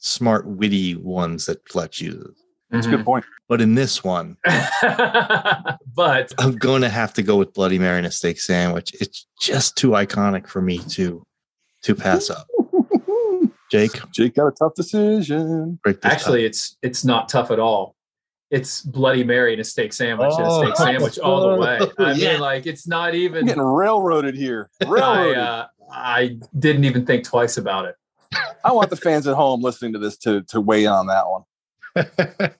Speaker 3: smart, witty ones that Fletch uses.
Speaker 5: That's
Speaker 4: Mm-hmm.
Speaker 5: a good point.
Speaker 3: But in this one,
Speaker 4: Mhm. but
Speaker 3: I'm going to have to go with Bloody Mary and a steak sandwich. It's just too iconic for me to to pass up. Jake,
Speaker 5: Jake got a tough decision.
Speaker 3: break this
Speaker 4: actually, it's it's not tough at all. It's Bloody Mary and a steak sandwich and a
Speaker 3: Oh,
Speaker 4: steak sandwich all the way. I
Speaker 3: yeah.
Speaker 4: mean, like it's not
Speaker 5: I'm
Speaker 4: even.
Speaker 5: getting railroaded here.
Speaker 4: I,
Speaker 5: Railroaded.
Speaker 4: uh, I didn't even think twice about it.
Speaker 5: I want the fans at home listening to this to to weigh in on that one.
Speaker 3: up.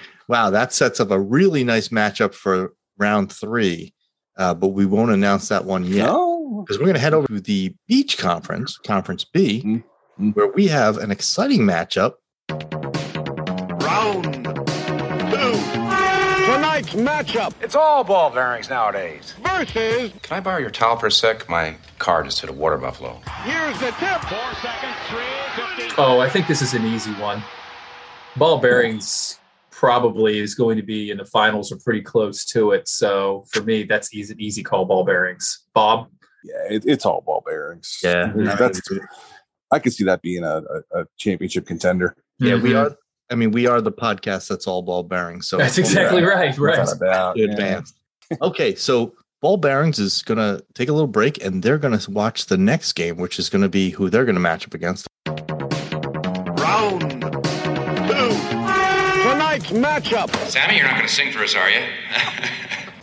Speaker 3: wow, that sets up a really nice matchup for round three, uh, but we won't announce that one yet.
Speaker 5: No.
Speaker 3: because we're going to head over to the beach conference, Conference B,
Speaker 5: Mm, mm.
Speaker 3: where we have an exciting matchup.
Speaker 6: Round two. Tonight's matchup
Speaker 8: It's all ball bearings nowadays.
Speaker 6: versus
Speaker 8: Can I borrow your towel for a sec? My car just hit a water buffalo.
Speaker 6: here's the tip.
Speaker 7: Four seconds, three, 1500
Speaker 4: Oh, I think this is an easy one. Ball bearings probably is going to be in the finals or pretty close to it. So for me, that's easy easy call. Ball bearings, Bob.
Speaker 5: Yeah, it, it's all ball bearings.
Speaker 3: Yeah,
Speaker 5: That's I could see that being a, a, a championship contender.
Speaker 3: yeah, we
Speaker 4: Mhm.
Speaker 3: are. I mean, we are the podcast that's all ball bearings. So
Speaker 4: That's
Speaker 3: it's all
Speaker 4: exactly right. Right.
Speaker 5: Without a doubt, yeah.
Speaker 3: advanced. okay, so ball bearings is going to take a little break, and they're going to watch the next game, which is going to be who they're going to match up against.
Speaker 6: Round two. Tonight's matchup
Speaker 8: Sammy, you're not going to sing for us, are you?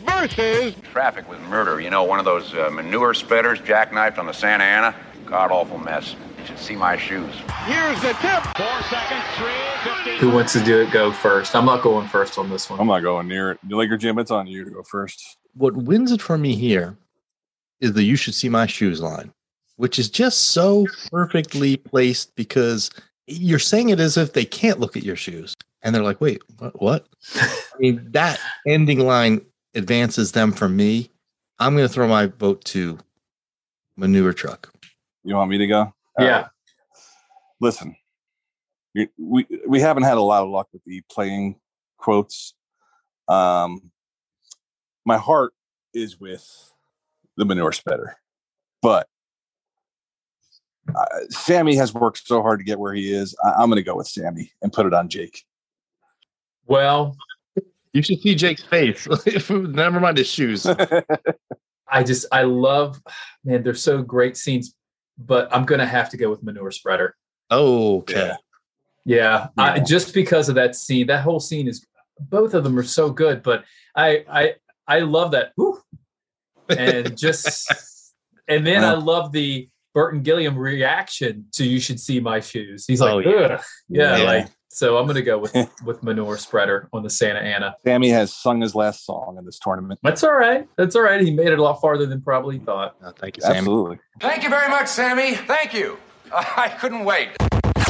Speaker 6: versus
Speaker 8: Traffic with murder. You know, one of those uh, manure spreaders jackknifed on the Santa Ana. God awful mess. You should see my shoes.
Speaker 6: here's the tip.
Speaker 7: Four seconds, three, 1500
Speaker 4: Who wants to do it? Go first. I'm not going first on this
Speaker 5: I'm
Speaker 4: one.
Speaker 5: not going near it. Laker Jim, it's on you to go first.
Speaker 3: What wins it for me here is the "You Should See My Shoes" line, which is just so perfectly placed because you're saying it as if they can't look at your shoes, and they're like, "Wait, what?" what? I mean, that ending line advances them for me. I'm going to throw my vote to manure truck.
Speaker 5: You want me to go?
Speaker 4: Yeah.
Speaker 5: Listen, you- we we haven't had a lot of luck with the playing quotes. Um, my heart is with the manure spreader, but uh, Sammy has worked so hard to get where he is. I, I'm going to go with Sammy and put it on Jake.
Speaker 4: Well,
Speaker 3: you should see Jake's face. Never mind his shoes.
Speaker 4: I just I love man, they're so great scenes, but I'm gonna have to go with manure spreader.
Speaker 3: Okay.
Speaker 4: Yeah. I, just because of that scene, that whole scene is both of them are so good, but I I I love that. Woo! And just and then I love the Burton Gilliam reaction to "You Should See My Shoes." He's like,
Speaker 5: Oh,
Speaker 4: yeah.
Speaker 5: yeah.
Speaker 4: yeah,
Speaker 5: Yeah.
Speaker 4: like so. I'm gonna go with with manure spreader on the Santa Ana.
Speaker 5: Sammy has sung his last song in this tournament.
Speaker 4: That's all right. That's all right. He made it a lot farther than probably he thought.
Speaker 3: thank
Speaker 4: you,
Speaker 5: Sammy. Absolutely.
Speaker 9: Thank you very much, Sammy. Thank you. I couldn't wait.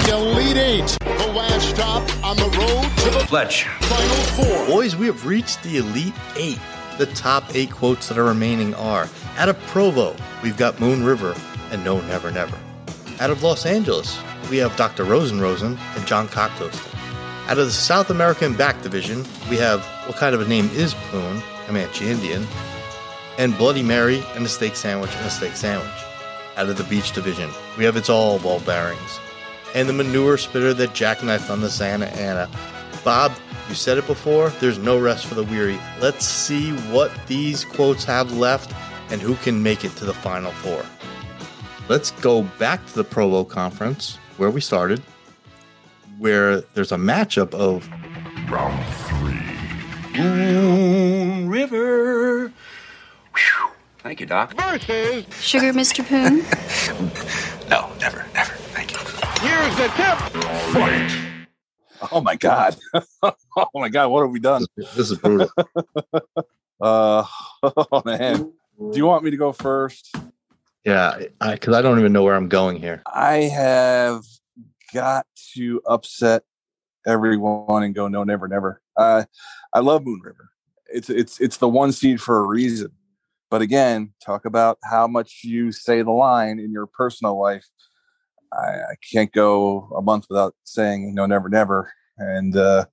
Speaker 13: Elite Eight, the last stop on the road to the
Speaker 3: Fletch.
Speaker 13: Final Four.
Speaker 3: Boys, we have reached the Elite Eight. The top eight quotes that are remaining are out of Provo, we've got Moon River and No Never Never. Out of Los Angeles, we have Dr. Rosenrosen and John Cocktoaster. Out of the South American back division, we have What Kind of a Name is Poon? Comanche Indian. And Bloody Mary and a Steak Sandwich and a Steak Sandwich. Out of the beach division, we have It's All Ball Bearings. And the manure spitter that jackknifed on the Santa Ana. Bob, you said it before, there's no rest for the weary. Let's see what these quotes have left and who can make it to the final four. Let's go back to the Provo conference where we started, where there's a matchup of round
Speaker 2: Moon River. Whew. Thank you, Doc.
Speaker 6: Versus.
Speaker 10: Sugar, Mr. Poon?
Speaker 2: No, never, never. Thank you.
Speaker 6: Here's the tip.
Speaker 5: Oh my god! oh my god! What have we done?
Speaker 3: This is brutal.
Speaker 5: uh, oh man. Do you want me to go first?
Speaker 3: Yeah, because I, don't even know where I'm going here.
Speaker 5: I have got to upset everyone and go no, never, never. Uh, I love Moon River. It's it's it's the one seed for a reason. But again, talk about how much you say the line in your personal life. I, I can't go a month without saying no, never, never, and uh,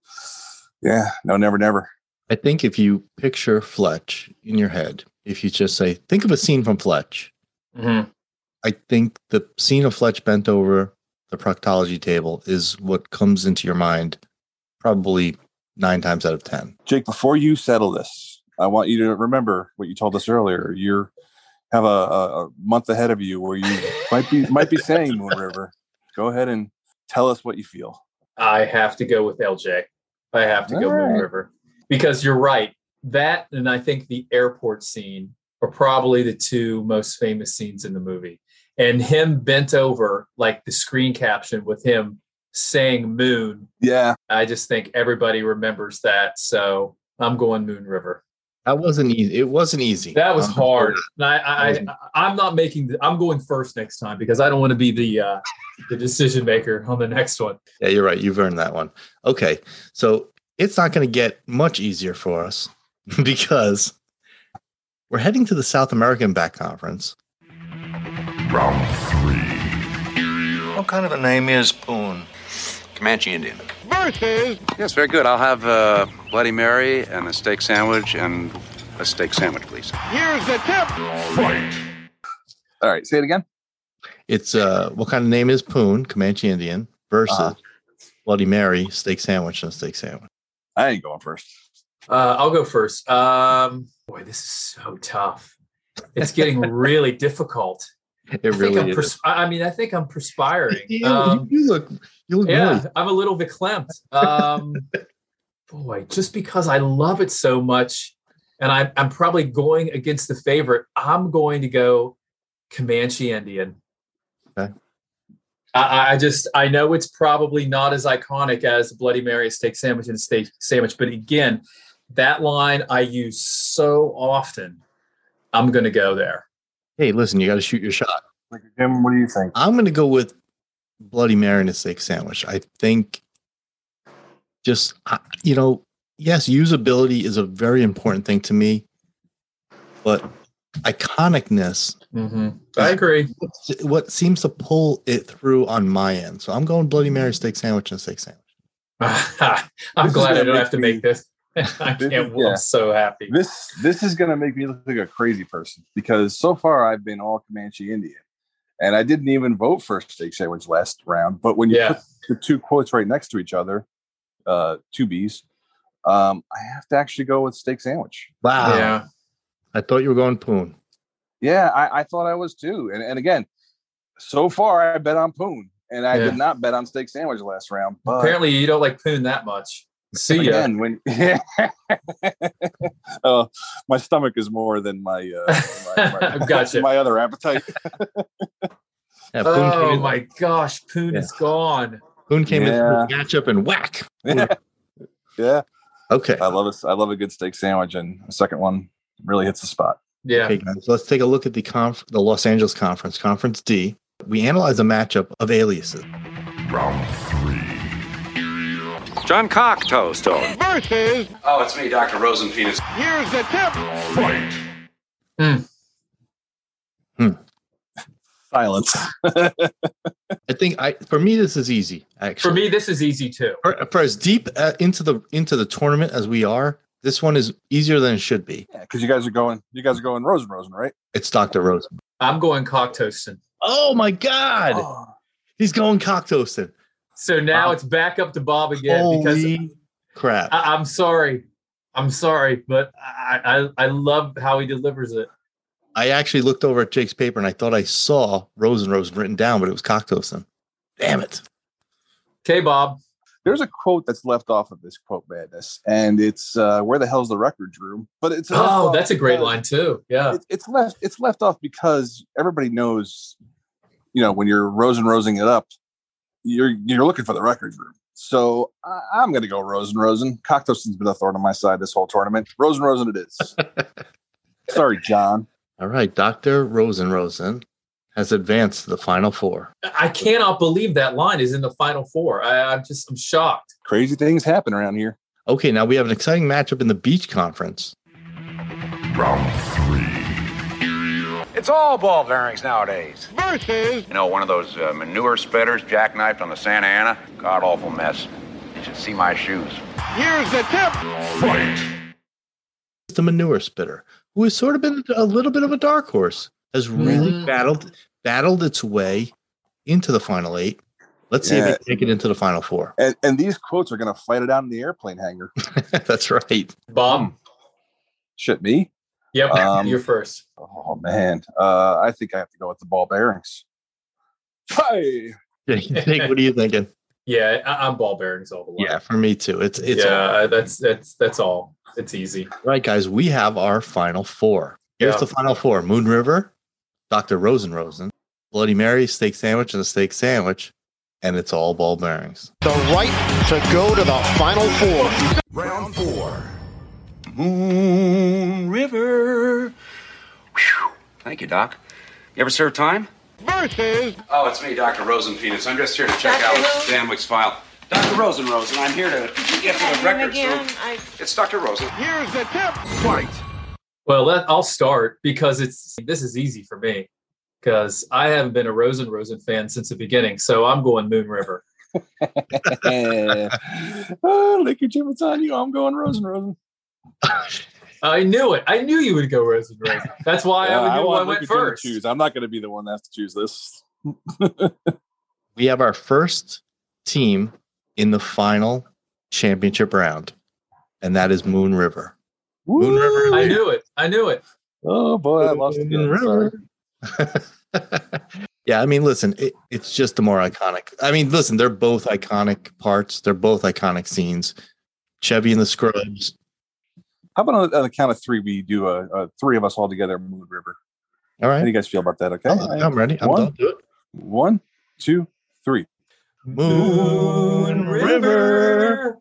Speaker 5: yeah, no, never, never.
Speaker 3: I think if you picture Fletch in your head, if you just say, think of a scene from Fletch, I think the scene of Fletch bent over the proctology table is what comes into your mind probably nine times out of 10.
Speaker 5: Jake, before you settle this, I want you to remember what you told us earlier. You have a, a, a month ahead of you where you might be might be saying Moon River. Go ahead and tell us what you feel.
Speaker 4: I have to go with LJ. I have to go
Speaker 5: All
Speaker 4: Moon
Speaker 5: right.
Speaker 4: River because you're right. That and I think the airport scene are probably the two most famous scenes in the movie. And him bent over, like the screen caption with him saying moon.
Speaker 5: Yeah.
Speaker 4: I just think everybody remembers that. So I'm going Moon River.
Speaker 3: That wasn't easy. It wasn't easy.
Speaker 4: That was
Speaker 3: Um,
Speaker 4: hard. And I, I,
Speaker 3: That was-
Speaker 4: I, I'm not making. The, I'm going first next time because I don't want to be the uh, the decision maker on the next one.
Speaker 3: Yeah, you're right. You've earned that one. Okay. So it's not going to get much easier for us because we're heading to the South American back conference.
Speaker 12: What kind of a name is Poon?
Speaker 8: Comanche Indian.
Speaker 6: Versus.
Speaker 8: Yes, very good. I'll have uh, Bloody Mary and a steak sandwich and a steak sandwich, please.
Speaker 6: Here's the tip.
Speaker 5: All right, say it again.
Speaker 3: It's uh, what kind of name is Poon, Comanche Indian, versus
Speaker 4: Ah.
Speaker 3: Bloody Mary, steak sandwich, and steak sandwich.
Speaker 5: I ain't going first.
Speaker 4: Uh, I'll go first. Um, boy, this is so tough. It's getting really difficult.
Speaker 3: It
Speaker 4: I think
Speaker 3: really
Speaker 4: I'm
Speaker 3: is.
Speaker 4: pers- I I mean, I think I'm perspiring.
Speaker 3: You-
Speaker 4: Um,
Speaker 3: you look, you look
Speaker 4: yeah,
Speaker 3: Oh, really-
Speaker 4: I'm a little verklempt. Um, boy, just because I love it so much, and I, I'm probably going against the favorite, I'm going to go Comanche Indian.
Speaker 3: Okay.
Speaker 4: I- I, I just I know it's probably not as iconic as Bloody Mary steak sandwich and a steak sandwich, but again, that line I use so often. I'm going to go there.
Speaker 3: Hey, listen, you got to shoot your shot.
Speaker 5: Jim, what do you think?
Speaker 3: I'm going to go with Bloody Mary and a steak sandwich. I think just, I- you know, yes, usability is a very important thing to me, but iconicness,
Speaker 4: I agree.
Speaker 3: what seems to pull it through on my end. So I'm going Bloody Mary steak sandwich and steak sandwich.
Speaker 4: I'm
Speaker 5: This is
Speaker 4: glad I
Speaker 5: gonna
Speaker 4: don't
Speaker 5: make
Speaker 4: have to make this. I
Speaker 5: This
Speaker 4: can't.
Speaker 5: is-
Speaker 4: I'm so happy.
Speaker 5: This this is gonna make me look like a crazy person because so far I've been all Comanche Indian, and I didn't even vote for steak sandwich last round. But when you
Speaker 4: Yeah.
Speaker 5: put the two quotes right next to each other, uh, two B's, Um, I have to actually go with steak sandwich.
Speaker 3: Wow. Yeah. I thought you were going Poon.
Speaker 5: Yeah, I, I thought I was too. And, and again, so far I bet on Poon, and I
Speaker 4: Yeah.
Speaker 5: did not bet on steak sandwich last round. But
Speaker 4: Apparently, you don't like poon that much. See ya.
Speaker 5: again, when uh, my stomach is more than my uh, my, my,
Speaker 4: Gotcha.
Speaker 5: my other appetite.
Speaker 4: oh my gosh, poon
Speaker 3: Yeah.
Speaker 4: is gone.
Speaker 3: Poon came
Speaker 5: Yeah.
Speaker 3: in the matchup and whack.
Speaker 5: yeah.
Speaker 3: Okay.
Speaker 5: I love a, I love a good steak sandwich, and a second one really hits the spot.
Speaker 4: Yeah.
Speaker 3: Okay, guys, let's take a look at the conf- the Los Angeles conference, conference D. We analyze a matchup of aliases.
Speaker 2: Round
Speaker 9: John Cocktoastone.
Speaker 6: Versus,
Speaker 2: Oh, it's me, Dr. Rosen Penis.
Speaker 6: here's the tip.
Speaker 2: Fight.
Speaker 5: Silence.
Speaker 3: I think I for me this is easy. Actually,
Speaker 4: For me, this is easy too.
Speaker 3: for, for as deep uh, into the into the tournament as we are, this one is easier than it should be.
Speaker 5: Because you guys are going, you guys are going Rosen Rosen, right?
Speaker 3: It's Doctor Rosen.
Speaker 4: I'm going cocktoasting.
Speaker 3: Oh my God,
Speaker 5: Ah.
Speaker 3: he's going cocktoasting.
Speaker 4: So now it's back up to Bob again because
Speaker 3: Holy crap!
Speaker 4: I, I'm sorry. I'm sorry, but I, I I love how he delivers it.
Speaker 3: I actually looked over at Jake's paper and I thought I saw Rosen Rosen written down, but it was cocktoasting. Damn it!
Speaker 4: Okay, Bob.
Speaker 5: There's a quote that's left off of this quote madness, and it's uh, "Where the hell's the record, Drew?" But it's left
Speaker 4: Oh,
Speaker 5: off
Speaker 4: that's a great
Speaker 5: because-
Speaker 4: line too. Yeah.
Speaker 5: It's, it's left. It's left off because everybody knows, you know, when you're Rosen Rosing it up, you're you're looking for the record Drew. So I, I'm going to go Rosen Rosen. Cocktoasting's been a thorn on my side this whole tournament. Rosen Rosen, it is. Sorry, John.
Speaker 3: All right, Doctor Rosen Rosen has advanced to the final four.
Speaker 4: I cannot believe that line is in the final four. I, I'm just I'm shocked.
Speaker 5: Crazy things happen around here.
Speaker 3: Okay, now we have an exciting matchup in the Beach Conference.
Speaker 8: It's all ball bearings nowadays.
Speaker 6: Versus,
Speaker 8: You know, one of those uh, manure spitters jackknifed on the Santa Ana. God awful mess. You should see my shoes.
Speaker 6: here's the tip.
Speaker 3: It's the Manure Spitter, who has sort of been a little bit of a dark horse, has really battled battled its way into the final eight. Let's see if
Speaker 5: Yeah.
Speaker 3: it can take it into the final four.
Speaker 5: And, and these quotes are going to fight it out in the airplane hangar.
Speaker 3: That's right.
Speaker 4: Bob.
Speaker 5: Shit, me?
Speaker 4: Yep.
Speaker 5: Um,
Speaker 4: you're first.
Speaker 5: Oh man, uh, I think I have to go with the ball bearings. Hey,
Speaker 3: Jake, Jake, what are you thinking?
Speaker 4: Yeah, I, I'm ball bearings all the way.
Speaker 3: Yeah, for me too. It's it's
Speaker 4: yeah, that's that's that's all. It's easy.
Speaker 3: all right, guys. We have our final four. Here's
Speaker 4: Yeah.
Speaker 3: the final four: Moon River, Doctor Rosen Rosen, Bloody Mary, steak sandwich, and a steak sandwich, and it's all ball bearings.
Speaker 13: The right to go to the final four. Round four.
Speaker 2: Moon River.
Speaker 8: Thank you, Doc. You ever serve time?
Speaker 6: Versus,
Speaker 2: Oh, it's me, Dr. Rosen Penis. I'm just here to check out Dan Wick's file. Dr. Rosen Rosen, I'm here to get to the records room. It's Dr. Rosen.
Speaker 6: here's the tip.
Speaker 4: Well, let, I'll start because it's this is easy for me because I haven't been a Rosen Rosen fan since the beginning, so I'm going Moon River.
Speaker 5: oh, lick your chip, it's on you. I'm going Rosen Rosen.
Speaker 4: I knew it. I knew you would go Rosen Rosen. That's why
Speaker 5: Yeah,
Speaker 4: I knew I,
Speaker 5: want
Speaker 4: went
Speaker 5: Lick your chip to
Speaker 4: first.
Speaker 5: Choose. I'm not going to be the one that has to choose this.
Speaker 3: we have our first team in the final championship round, and that is Moon River. Moon River.
Speaker 4: I knew it. I knew it.
Speaker 5: Oh boy, I lost again. Sorry.
Speaker 3: Yeah, I mean, listen, it, it's just the more iconic. I mean, listen, they're both iconic parts. They're both iconic scenes. Chevy and the Scrubs.
Speaker 5: How about on, on the count of three, we do a, a three of us all together, Moon River.
Speaker 3: All
Speaker 5: How do
Speaker 3: right,
Speaker 5: you guys feel about that? Okay,
Speaker 3: I'm, I'm ready. I'm
Speaker 5: One.
Speaker 3: done. Do it.
Speaker 5: one, two, three.
Speaker 3: Moon River.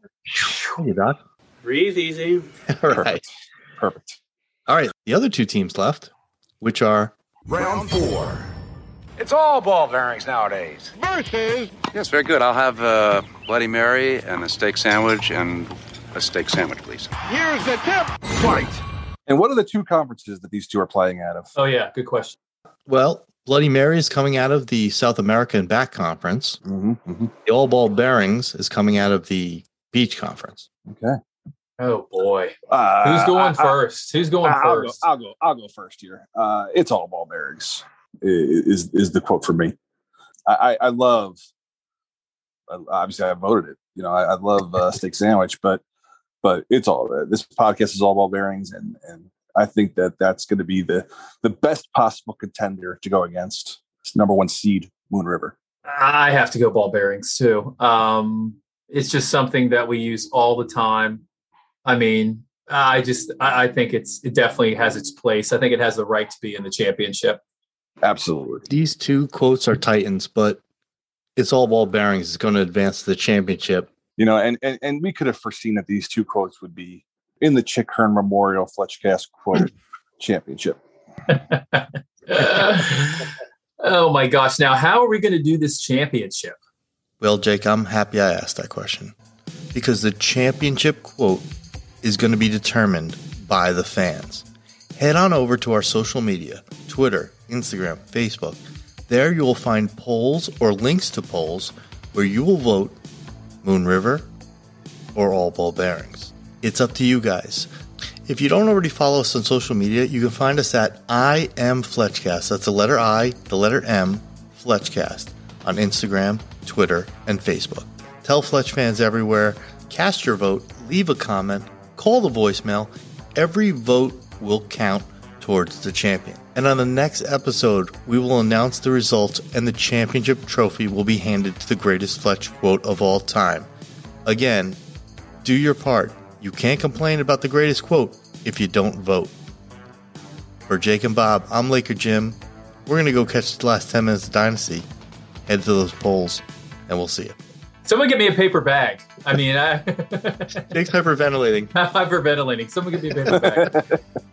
Speaker 3: Hey, Doc.
Speaker 14: Breathe easy.
Speaker 3: All right.
Speaker 5: Perfect.
Speaker 3: All right. The other two teams left, which are
Speaker 13: Round four.
Speaker 8: It's all ball bearings nowadays.
Speaker 6: Versus,
Speaker 8: Yes, very good. I'll have uh, Bloody Mary and a steak sandwich and a steak sandwich, please.
Speaker 6: here's the tip.
Speaker 5: And what are the two conferences that these two are playing out of?
Speaker 4: Oh yeah, good question.
Speaker 3: Well, Bloody Mary is coming out of the South America and Back Conference.
Speaker 5: Mm-hmm,
Speaker 3: The All Ball Bearings is coming out of the Beach Conference.
Speaker 5: Okay.
Speaker 4: Oh boy,
Speaker 5: Uh,
Speaker 4: who's going
Speaker 5: I- I-
Speaker 4: first? Who's going
Speaker 5: I'll go-
Speaker 4: first?
Speaker 5: I'll go. I'll go first here. Uh, it's all ball bearings. i- Is is the quote for me? I I, I love. I- Obviously, I voted it. You know, I, I love uh, steak sandwich, but but it's all this podcast is all ball bearings, and and I think that that's going to be the the best possible contender to go against number one seed Moon River.
Speaker 4: I have to go ball bearings too. Um, it's just something that we use all the time. I mean, I just I, I think it's it definitely has its place. I think it has the right to be in the championship.
Speaker 5: Absolutely.
Speaker 3: These two quotes are Titans, but it's all ball bearings is going to advance to the championship.
Speaker 5: You know, and, and and we could have foreseen that these two quotes would be in the Chick Hearn Memorial Fletchcast quote championship.
Speaker 4: oh my gosh. Now, how are we going to do this championship?
Speaker 3: Well, Jake, I'm happy I asked that question because the championship quote is going to be determined by the fans. Head on over to our social media Twitter, Instagram, Facebook. There you will find polls or links to polls where you will vote Moon River or All Ball Bearings. It's up to you guys. If you don't already follow us on social media, you can find us at I am Fletchcast. That's the letter I, the letter M, Fletchcast on Instagram, Twitter, and Facebook. Tell Fletch fans everywhere, cast your vote, leave a comment, call the voicemail. Every vote will count towards the champion. And on the next episode, we will announce the results and the championship trophy will be handed to the greatest Fletch quote of all time. Again, do your part. You can't complain about the greatest quote if you don't vote. For Jake and Bob, I'm Laker Jim. We're going to go catch the last 10 minutes of Dynasty, head to those polls, and we'll see you.
Speaker 4: Someone get me a paper bag. I mean, I.
Speaker 3: Jake's hyperventilating.
Speaker 4: I'm hyperventilating. Someone get me a paper bag.